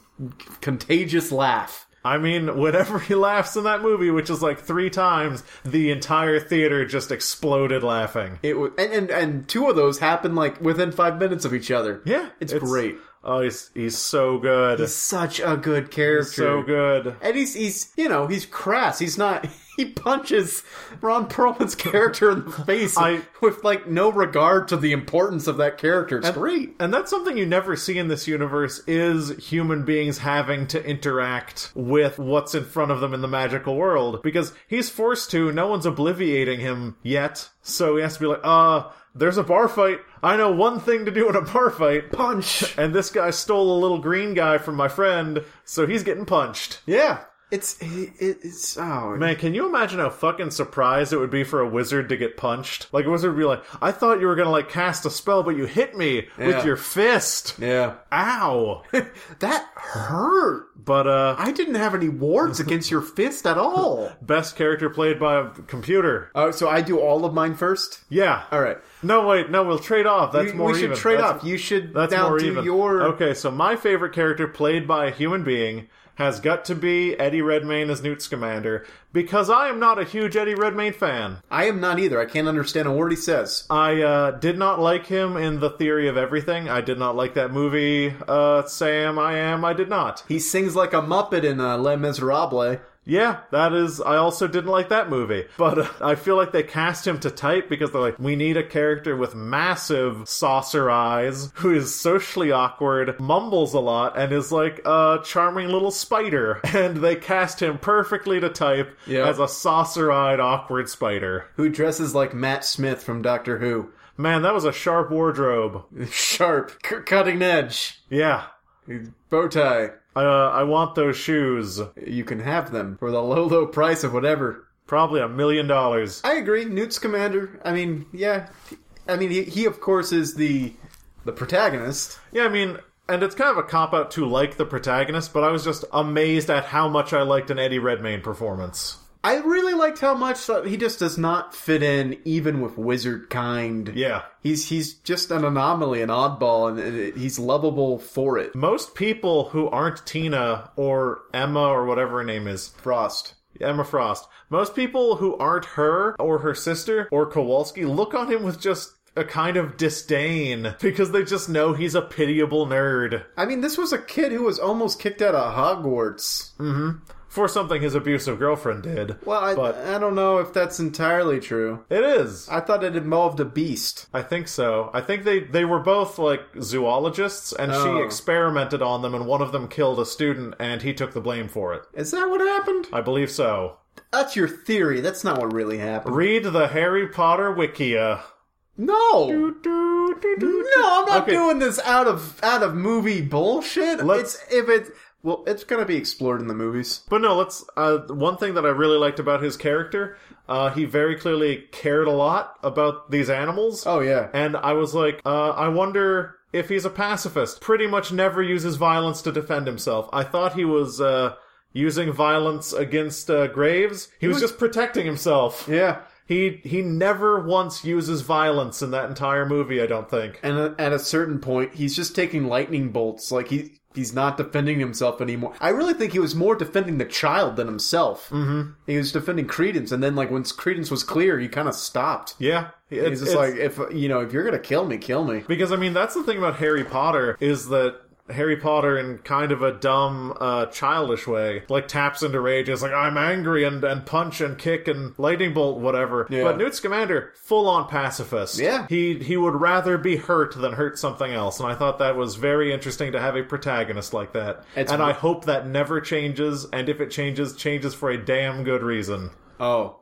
Speaker 2: contagious laugh.
Speaker 1: I mean, whenever he laughs in that movie, which is like three times, the entire theater just exploded laughing.
Speaker 2: It was, and, and and two of those happened like within five minutes of each other.
Speaker 1: Yeah,
Speaker 2: it's, great.
Speaker 1: Oh, he's he's so good,
Speaker 2: He's such a good character.
Speaker 1: so good.
Speaker 2: And he's he's you know he's crass. He's not. He punches Ron Perlman's character in the face
Speaker 1: I-
Speaker 2: with like no regard to the importance of that character. It's great.
Speaker 1: And that's something you never see in this universe is human beings having to interact with what's in front of them in the magical world because he's forced to, no one's obliviating him yet. So he has to be like, "Uh, there's a bar fight. I know one thing to do in a bar fight."
Speaker 2: Punch.
Speaker 1: And this guy stole a little green guy from my friend, so he's getting punched.
Speaker 2: Yeah. It's it, it's oh
Speaker 1: Man, can you imagine how fucking surprised it would be for a wizard to get punched? Like a wizard would be like, "I thought you were going to like cast a spell, but you hit me with
Speaker 2: Yeah.
Speaker 1: your fist."
Speaker 2: yeah.
Speaker 1: Ow.
Speaker 2: That hurt.
Speaker 1: But uh
Speaker 2: I didn't have any wards against your fist at all.
Speaker 1: best character played by a computer.
Speaker 2: Oh, so I do all of mine first.
Speaker 1: Yeah.
Speaker 2: All right.
Speaker 1: No wait, no, we'll trade off. That's
Speaker 2: We-
Speaker 1: more
Speaker 2: we should
Speaker 1: even.
Speaker 2: trade
Speaker 1: That's-
Speaker 2: off. You should
Speaker 1: That's
Speaker 2: now
Speaker 1: more
Speaker 2: do
Speaker 1: even.
Speaker 2: your
Speaker 1: Okay, so my favorite character played by a human being has got to be Eddie Redmayne as Newt Scamander because I am not a huge Eddie Redmayne fan.
Speaker 2: I am not either. I can't understand a word he says.
Speaker 1: I uh, did not like him in The Theory of Everything. I did not like that movie, uh, Sam. I am. I did not.
Speaker 2: He sings like a muppet in uh, Les Miserables.
Speaker 1: Yeah, that is. I also didn't like that movie, but uh, I feel like they cast him to type because they're like, we need a character with massive saucer eyes who is socially awkward, mumbles a lot, and is like a charming little spider. And they cast him perfectly to type
Speaker 2: Yeah.
Speaker 1: as a saucer-eyed, awkward spider.
Speaker 2: who dresses like Matt Smith from Doctor Who.
Speaker 1: Man, that was a sharp wardrobe.
Speaker 2: Sharp, c- cutting edge,
Speaker 1: Yeah.
Speaker 2: bow tie.
Speaker 1: Uh, I want those shoes.
Speaker 2: You can have them for the low, low price of whatever.
Speaker 1: Probably a million dollars.
Speaker 2: I agree. Newt's commander. I mean, yeah. I mean, he, he of course is the the protagonist.
Speaker 1: Yeah, I mean, and it's kind of a cop out to like the protagonist, but I was just amazed at how much I liked an Eddie Redmayne performance.
Speaker 2: I really liked how much uh, he just does not fit in, even with wizard kind.
Speaker 1: Yeah.
Speaker 2: He's he's just an anomaly, an oddball, and uh, he's lovable for it.
Speaker 1: Most people who aren't Tina or Emma or whatever her name is,
Speaker 2: Frost.
Speaker 1: Emma Frost, most people who aren't her or her sister or Kowalski look on him with just a kind of disdain because they just know he's a pitiable nerd.
Speaker 2: I mean, this was a kid who was almost kicked out of Hogwarts.
Speaker 1: for something his abusive girlfriend did.
Speaker 2: Well, I,
Speaker 1: But-
Speaker 2: I don't know if that's entirely true.
Speaker 1: It is.
Speaker 2: I thought it involved a beast.
Speaker 1: I think so. I think they they were both like zoologists, and
Speaker 2: Oh.
Speaker 1: she experimented on them, and one of them killed a student, and he took the blame for it.
Speaker 2: Is that what happened?
Speaker 1: I believe so.
Speaker 2: That's your theory. That's not what really happened.
Speaker 1: Read the Harry Potter uh. wikia.
Speaker 2: No. No, I'm not
Speaker 1: Okay.
Speaker 2: doing this out of out of movie bullshit.
Speaker 1: Let's-
Speaker 2: It's if it's well, it's gonna be explored in the movies.
Speaker 1: But no, let's. Uh, one thing that I really liked about his character, uh, he very clearly cared a lot about these animals.
Speaker 2: Oh yeah.
Speaker 1: And I was like, uh, I wonder if he's a pacifist. Pretty much never uses violence to defend himself. I thought he was uh, using violence against uh, Graves. He was
Speaker 2: was-
Speaker 1: just protecting himself.
Speaker 2: yeah.
Speaker 1: He he never once uses violence in that entire movie. I don't think.
Speaker 2: And a- at a certain point, he's just taking lightning bolts. Like he he's not defending himself anymore. I really think he was more defending the child than himself. Mm-hmm. He was defending Credence, and then like once Credence was clear, he kind of stopped.
Speaker 1: Yeah, it's,
Speaker 2: He's just
Speaker 1: it's-
Speaker 2: like, if you know, if you're gonna kill me, kill me.
Speaker 1: Because I mean, that's the thing about Harry Potter is that Harry Potter, in kind of a dumb, uh, childish way, like taps into rage. It's like I'm angry and and punch and kick and lightning bolt whatever.
Speaker 2: Yeah.
Speaker 1: But Newt Scamander, full on pacifist.
Speaker 2: Yeah.
Speaker 1: he he would rather be hurt than hurt something else. And I thought that was very interesting to have a protagonist like that.
Speaker 2: It's-
Speaker 1: and I hope that never changes. And if it changes, changes for a damn good reason.
Speaker 2: Oh,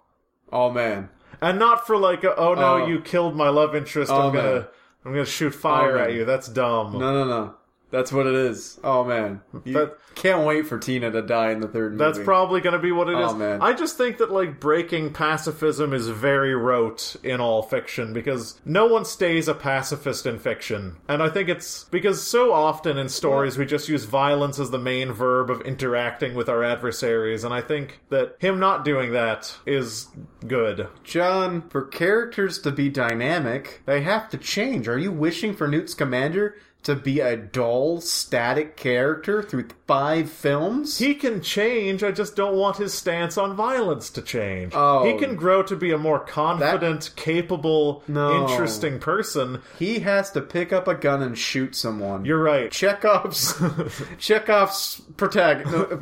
Speaker 2: oh man.
Speaker 1: And not for like, a, oh no,
Speaker 2: Oh.
Speaker 1: you killed my love interest. I'm
Speaker 2: man.
Speaker 1: gonna, I'm gonna shoot fire
Speaker 2: Oh, man.
Speaker 1: at you. That's dumb.
Speaker 2: No, no, no. That's what it is. Oh man, you
Speaker 1: That-
Speaker 2: can't wait for Tina to die in the third movie.
Speaker 1: That's probably going to be what it is.
Speaker 2: Oh, man.
Speaker 1: I just think that like breaking pacifism is very rote in all fiction because no one stays a pacifist in fiction. And I think it's because so often in stories we just use violence as the main verb of interacting with our adversaries and I think that him not doing that is good.
Speaker 2: John. For characters to be dynamic, they have to change. Are you wishing for Newt's commander to be a dull, static character through five films?
Speaker 1: He can change, I just don't want his stance on violence to change.
Speaker 2: Oh.
Speaker 1: He can grow to be a more confident, capable,
Speaker 2: No.
Speaker 1: interesting person.
Speaker 2: he has to pick up a gun and shoot someone.
Speaker 1: You're right.
Speaker 2: Chekhov's Chekhov's protagonist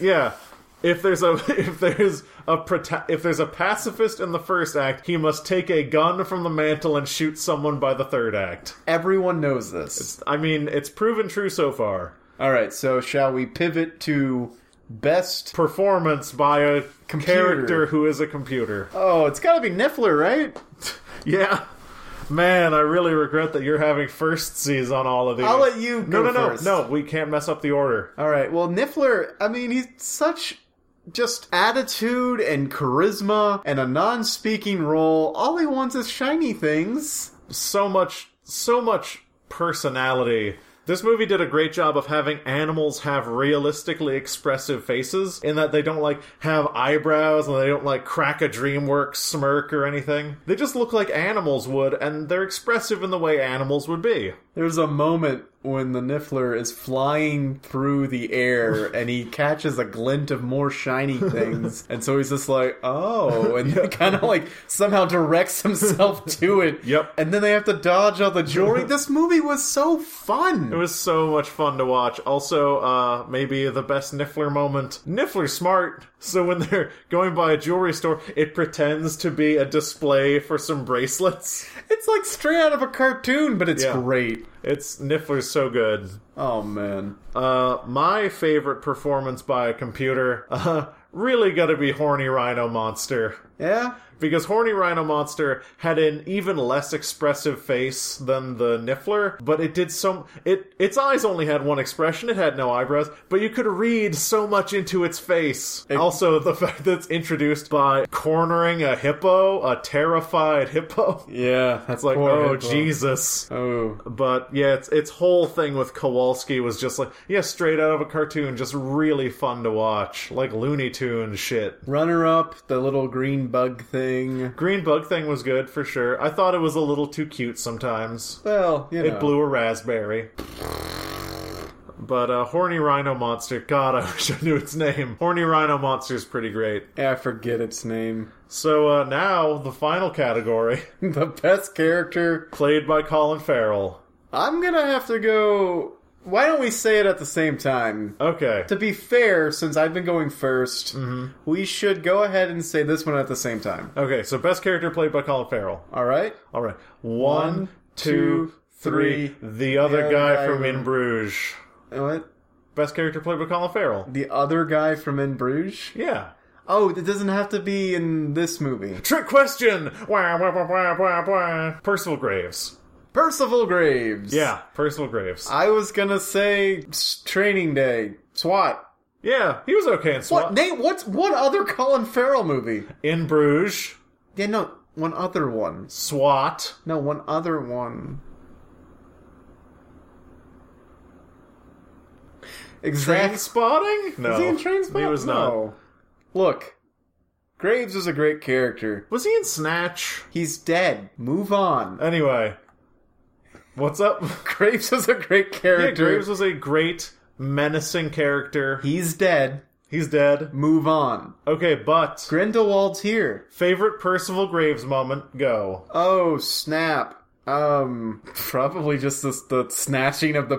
Speaker 1: Yeah. If there's a if there's a prota- if there's a pacifist in the first act, he must take a gun from the mantle and shoot someone by the third act.
Speaker 2: Everyone knows this.
Speaker 1: I mean, it's proven true so far.
Speaker 2: All right, so shall we pivot to best?
Speaker 1: Performance by a
Speaker 2: Computer.
Speaker 1: character who is a computer.
Speaker 2: Oh, it's got to be Niffler, right?
Speaker 1: Yeah. Man, I really regret that you're having first sees on all of these.
Speaker 2: I'll let you
Speaker 1: No,
Speaker 2: go
Speaker 1: no, no,
Speaker 2: first.
Speaker 1: no. We can't mess up the order.
Speaker 2: All right. Well, Niffler, I mean, he's such just attitude and charisma and a non-speaking role. All he wants is shiny things.
Speaker 1: so much so much personality. This movie did a great job of having animals have realistically expressive faces in that they don't like have eyebrows and they don't like crack a dreamworks smirk or anything. They just look like animals would and they're expressive in the way animals would be.
Speaker 2: There's a moment when the Niffler is flying through the air and he catches a glint of more shiny things, and so he's just like, "Oh," and kind of like somehow directs himself to it.
Speaker 1: Yep.
Speaker 2: And then they have to dodge all the jewelry. this movie was so fun.
Speaker 1: It was so much fun to watch. Also, uh, maybe the best Niffler moment. Niffler's smart, so when they're going by a jewelry store, it pretends to be a display for some bracelets.
Speaker 2: It's like straight out of a cartoon, but it's
Speaker 1: Yeah.
Speaker 2: great.
Speaker 1: It's Niffler's so good.
Speaker 2: Oh man.
Speaker 1: Uh, my favorite performance by a computer, uh, really gotta be Horny Rhino Monster.
Speaker 2: Yeah?
Speaker 1: Because Horny Rhino Monster had an even less expressive face than the Niffler, but it did so, it, its eyes only had one expression, it had no eyebrows, but you could read so much into its face. also, the fact that it's introduced by cornering a hippo, a terrified hippo.
Speaker 2: Yeah. That's
Speaker 1: It's like, oh, Jesus.
Speaker 2: Oh.
Speaker 1: But yeah, its its whole thing with Kowalski was just like yeah, straight out of a cartoon, just really fun to watch, like Looney Tunes shit.
Speaker 2: Runner up, the little green bug thing.
Speaker 1: Green Bug thing was good for sure. I thought it was a little too cute sometimes.
Speaker 2: Well, you know.
Speaker 1: It blew a raspberry. But uh, horny rhino monster, God, I wish I knew its name. Horny rhino monster's pretty great.
Speaker 2: Yeah, I forget its name.
Speaker 1: So uh, now the final category,
Speaker 2: the best character.
Speaker 1: played by Colin Farrell.
Speaker 2: I'm gonna have to go Why don't we say it at the same time?
Speaker 1: Okay.
Speaker 2: To be fair, since I've been going 1st we should go ahead and say this one at the same time.
Speaker 1: Okay, so best character played by Colin Farrell.
Speaker 2: All right?
Speaker 1: All right. One,
Speaker 2: One,
Speaker 1: two,
Speaker 2: two,
Speaker 1: three.
Speaker 2: three.
Speaker 1: The other
Speaker 2: other
Speaker 1: guy
Speaker 2: guy
Speaker 1: from In
Speaker 2: from-
Speaker 1: Bruges.
Speaker 2: What?
Speaker 1: Best character played by Colin Farrell.
Speaker 2: The other guy from In Bruges?
Speaker 1: Yeah.
Speaker 2: Oh, it doesn't have to be in this movie.
Speaker 1: Trick question! Wah, wah, wah, wah, wah, wah. Percival Graves.
Speaker 2: Percival Graves.
Speaker 1: Yeah, Percival Graves.
Speaker 2: I was gonna say s- Training Day. SWAT.
Speaker 1: yeah, he was okay in SWAT.
Speaker 2: What? Nate, what's what other Colin Farrell movie?
Speaker 1: In Bruges,
Speaker 2: Yeah, no, one other one.
Speaker 1: SWAT.
Speaker 2: No, one other one.
Speaker 1: Train
Speaker 2: Exactly.
Speaker 1: spotting? No.
Speaker 2: Was he in Trainspotting?
Speaker 1: He was not.
Speaker 2: No. Look, Graves was a great character.
Speaker 1: Was he in Snatch?
Speaker 2: He's dead. Move
Speaker 1: Uh,
Speaker 2: on.
Speaker 1: Anyway. What's up?
Speaker 2: Graves was a great
Speaker 1: Yeah,
Speaker 2: character.
Speaker 1: Graves was a great, menacing character.
Speaker 2: He's dead.
Speaker 1: He's dead.
Speaker 2: Move on.
Speaker 1: Okay, but
Speaker 2: Grindelwald's here.
Speaker 1: favorite Percival Graves moment? Go.
Speaker 2: Oh snap. Um, probably just this, the snatching of the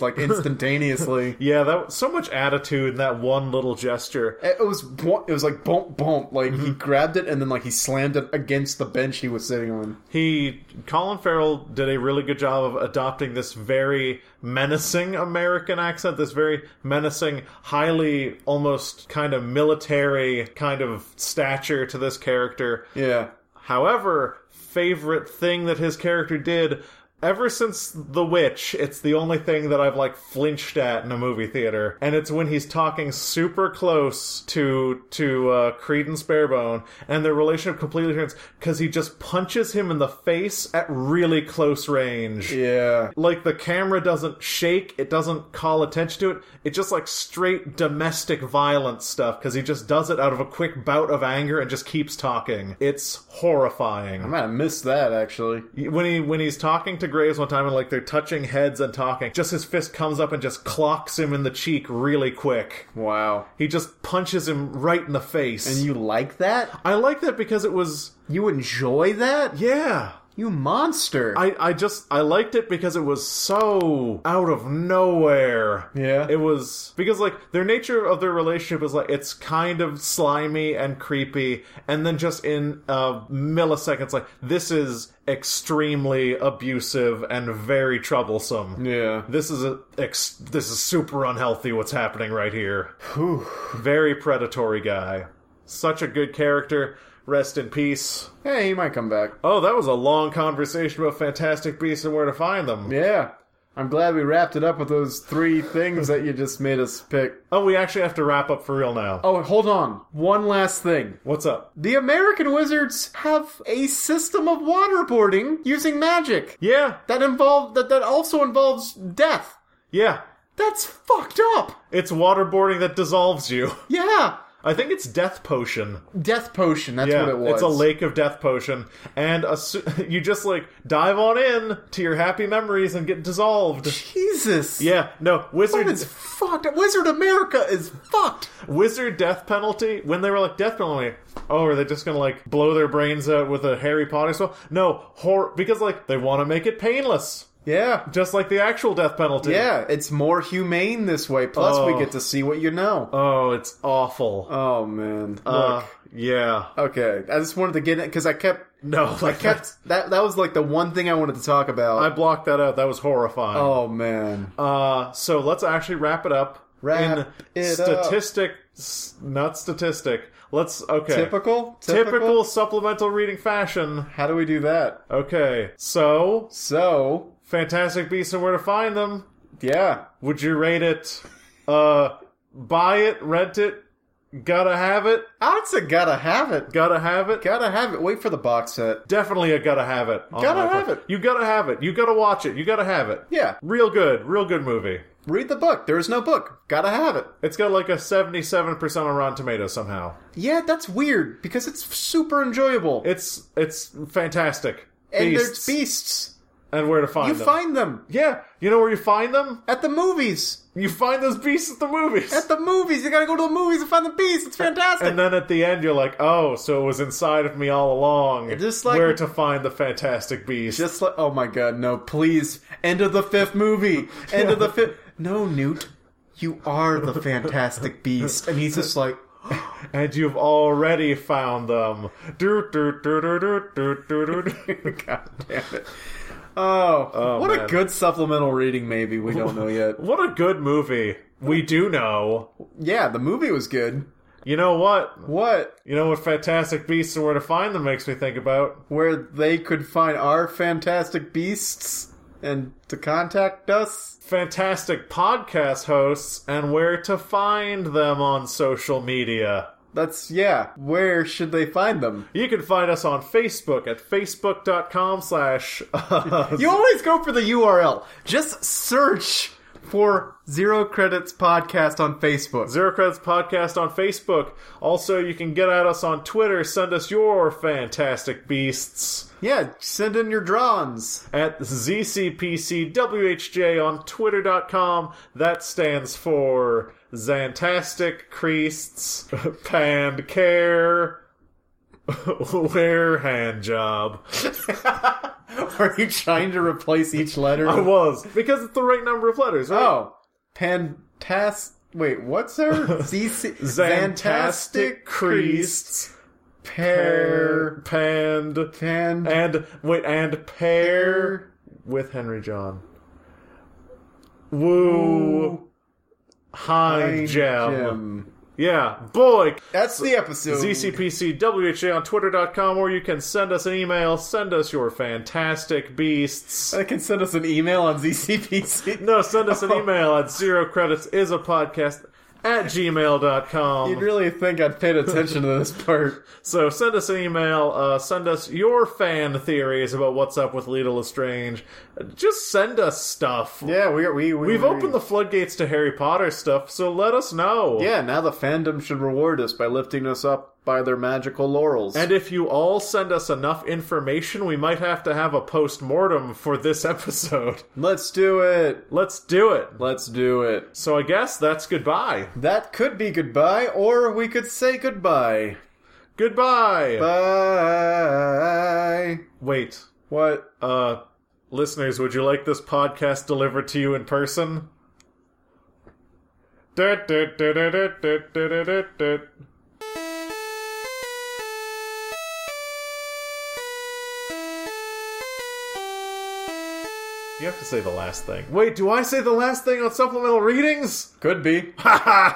Speaker 2: like instantaneously.
Speaker 1: Yeah, that so much attitude in that one little gesture.
Speaker 2: It was bo- it was like bump bump. Like he grabbed it and then like he slammed it against the bench he was sitting on.
Speaker 1: He, Colin Farrell, did a really good job of adopting this very menacing American accent, this very menacing, highly almost kind of military kind of stature to this character.
Speaker 2: Yeah.
Speaker 1: However, favorite thing that his character did ever since The Witch, it's the only thing that I've like flinched at in a movie theater, and it's when he's talking super close to to uh, Creed and Sparebone, and their relationship completely turns because he just punches him in the face at really close range.
Speaker 2: Yeah.
Speaker 1: Like the camera doesn't shake, it doesn't call attention to it. It's just like straight domestic violence stuff because he just does it out of a quick bout of anger and just keeps talking. It's horrifying
Speaker 2: I might have missed that actually.
Speaker 1: when he when he's talking to Graves one time and like they're touching heads and talking, just his fist comes up and just clocks him in the cheek really quick.
Speaker 2: Wow.
Speaker 1: He just punches him right in the face.
Speaker 2: And you like that?
Speaker 1: I like that because it was
Speaker 2: You enjoy that?
Speaker 1: yeah.
Speaker 2: You monster.
Speaker 1: I, I just I liked it because it was so out of nowhere.
Speaker 2: Yeah.
Speaker 1: It was because like their nature of their relationship is like it's kind of slimy and creepy and then just in uh milliseconds like this is extremely abusive and very troublesome.
Speaker 2: yeah.
Speaker 1: This is a ex, this is super unhealthy what's happening right here.
Speaker 2: Whew.
Speaker 1: Very predatory guy. Such a good character. Rest in peace.
Speaker 2: Hey, he might come back.
Speaker 1: Oh, that was a long conversation about Fantastic Beasts and where to find them.
Speaker 2: Yeah. I'm glad we wrapped it up with those three things that you just made us pick.
Speaker 1: Oh, we actually have to wrap up for real now.
Speaker 2: Oh, hold on. One last thing.
Speaker 1: What's up?
Speaker 2: The American wizards have a system of waterboarding using magic
Speaker 1: Yeah,
Speaker 2: that involve that, that also involves death.
Speaker 1: yeah.
Speaker 2: That's fucked up.
Speaker 1: It's waterboarding that dissolves you.
Speaker 2: Yeah.
Speaker 1: I think it's death potion.
Speaker 2: Death potion, that's
Speaker 1: Yeah,
Speaker 2: what it was.
Speaker 1: it's a lake of death potion, and a su- you just like dive on in to your happy memories and get dissolved.
Speaker 2: Jesus.
Speaker 1: Yeah, no wizard.
Speaker 2: That is fucked. Wizard America is fucked.
Speaker 1: wizard death penalty when they were like death penalty oh are they just gonna like blow their brains out with a harry potter spell no hor- because like they want to make it painless
Speaker 2: Yeah.
Speaker 1: just like the actual death penalty
Speaker 2: Yeah, it's more humane this way. Plus,
Speaker 1: Oh.
Speaker 2: we get to see what you know.
Speaker 1: oh it's awful
Speaker 2: Oh man.
Speaker 1: Uh,
Speaker 2: Look.
Speaker 1: yeah
Speaker 2: Okay, I just wanted to get it because I kept,
Speaker 1: no
Speaker 2: I
Speaker 1: like
Speaker 2: kept that. That was like the one thing I wanted to talk
Speaker 1: i
Speaker 2: about.
Speaker 1: blocked that out that was horrifying
Speaker 2: oh man,
Speaker 1: uh so let's actually wrap it up
Speaker 2: Wrap
Speaker 1: in
Speaker 2: it up.
Speaker 1: statistic s- not statistic let's okay
Speaker 2: typical,
Speaker 1: typical supplemental reading fashion
Speaker 2: How do we do that?
Speaker 1: okay so
Speaker 2: So
Speaker 1: fantastic beasts and where to find them
Speaker 2: yeah,
Speaker 1: Would you rate it? Uh, buy it, rent it, gotta have it,
Speaker 2: I would say gotta have it.
Speaker 1: gotta have it.
Speaker 2: Gotta have it. Wait for the box set.
Speaker 1: Definitely a gotta have it. on
Speaker 2: Gotta
Speaker 1: my
Speaker 2: have
Speaker 1: part.
Speaker 2: it.
Speaker 1: You gotta have it. You gotta watch it. You gotta have it.
Speaker 2: Yeah,
Speaker 1: Real good. Real good movie.
Speaker 2: read the book. There is no book. Gotta have it.
Speaker 1: It's got like a 77% on Rotten Tomatoes somehow.
Speaker 2: Yeah, that's weird because it's super enjoyable.
Speaker 1: It's, it's fantastic.
Speaker 2: and
Speaker 1: Beasts.
Speaker 2: there's beasts.
Speaker 1: and where to find
Speaker 2: You
Speaker 1: them.
Speaker 2: find them
Speaker 1: yeah, you know where you find them?
Speaker 2: at the movies.
Speaker 1: You find those beasts at the movies.
Speaker 2: At the movies, you gotta go to the movies and find the beast. It's fantastic.
Speaker 1: and then at the end, you're like, oh, so it was inside of me all along.
Speaker 2: Just like-
Speaker 1: where to find the Fantastic Beast.
Speaker 2: Just like, oh my god, no, please. End of the fifth movie. End of the fifth. No, Newt, you are the fantastic beast. And he's just like,
Speaker 1: and you've already found them. Do, do, do, do, do, do, do, do.
Speaker 2: god damn it. Oh, what
Speaker 1: man.
Speaker 2: a good supplemental reading, maybe. We don't know yet.
Speaker 1: what a good movie. We do know.
Speaker 2: Yeah, the movie was good.
Speaker 1: You know what?
Speaker 2: What?
Speaker 1: You know what Fantastic Beasts and Where to Find Them makes me think about?
Speaker 2: Where they could find our fantastic beasts and to contact us?
Speaker 1: Fantastic podcast hosts and where to find them on social media.
Speaker 2: That's, yeah. Where should they find them?
Speaker 1: You can find us on Facebook at facebook.com slash... uh,
Speaker 2: You always go for the URL. Just search for Zero Credits Podcast on Facebook.
Speaker 1: Zero Credits Podcast on Facebook. Also, you can get at us on Twitter. Send us your fantastic beasts
Speaker 2: Yeah, send in your drawings.
Speaker 1: at ZCPCWHJ on Twitter.com. That stands for Zantastic Creasts Pand Care Wear Hand Job.
Speaker 2: Are you trying to replace each letter?
Speaker 1: I
Speaker 2: with-
Speaker 1: was. Because it's the right number of letters, right?
Speaker 2: Oh, Pantas. Wait, what's there? ZC-
Speaker 1: Zantastic Creasts Pair
Speaker 2: Pair.
Speaker 1: Pand
Speaker 2: Pan.
Speaker 1: And wait, and pair with Henry John. Woo Hind Gem.
Speaker 2: Gem.
Speaker 1: Yeah, boy.
Speaker 2: That's the episode.
Speaker 1: ZCPC WHA on Twitter.com, or you can send us an email. Send us your fantastic beasts.
Speaker 2: They can send us an email on ZCPC.
Speaker 1: No, send us an
Speaker 2: Oh.
Speaker 1: email at zero credits is a podcast at gmail.com.
Speaker 2: You'd really think I'd paid attention to this part.
Speaker 1: So send us an email. Uh, send us your fan theories about what's up with Lita Lestrange. Just send us stuff.
Speaker 2: Yeah, we we, we
Speaker 1: We've opened the floodgates to Harry Potter stuff, so let us know.
Speaker 2: Yeah, now the fandom should reward us by lifting us up by their magical laurels.
Speaker 1: And if you all send us enough information, we might have to have a post mortem for this episode.
Speaker 2: let's do it.
Speaker 1: Let's do it.
Speaker 2: Let's do it.
Speaker 1: So I guess that's goodbye.
Speaker 2: That could be goodbye, or we could say goodbye.
Speaker 1: Goodbye.
Speaker 2: Bye.
Speaker 1: Wait.
Speaker 2: What?
Speaker 1: Uh listeners, would you like this podcast delivered to you in person? You have to say the last thing. Wait, do I say the last thing on supplemental readings?
Speaker 2: Could be.
Speaker 1: Ha ha!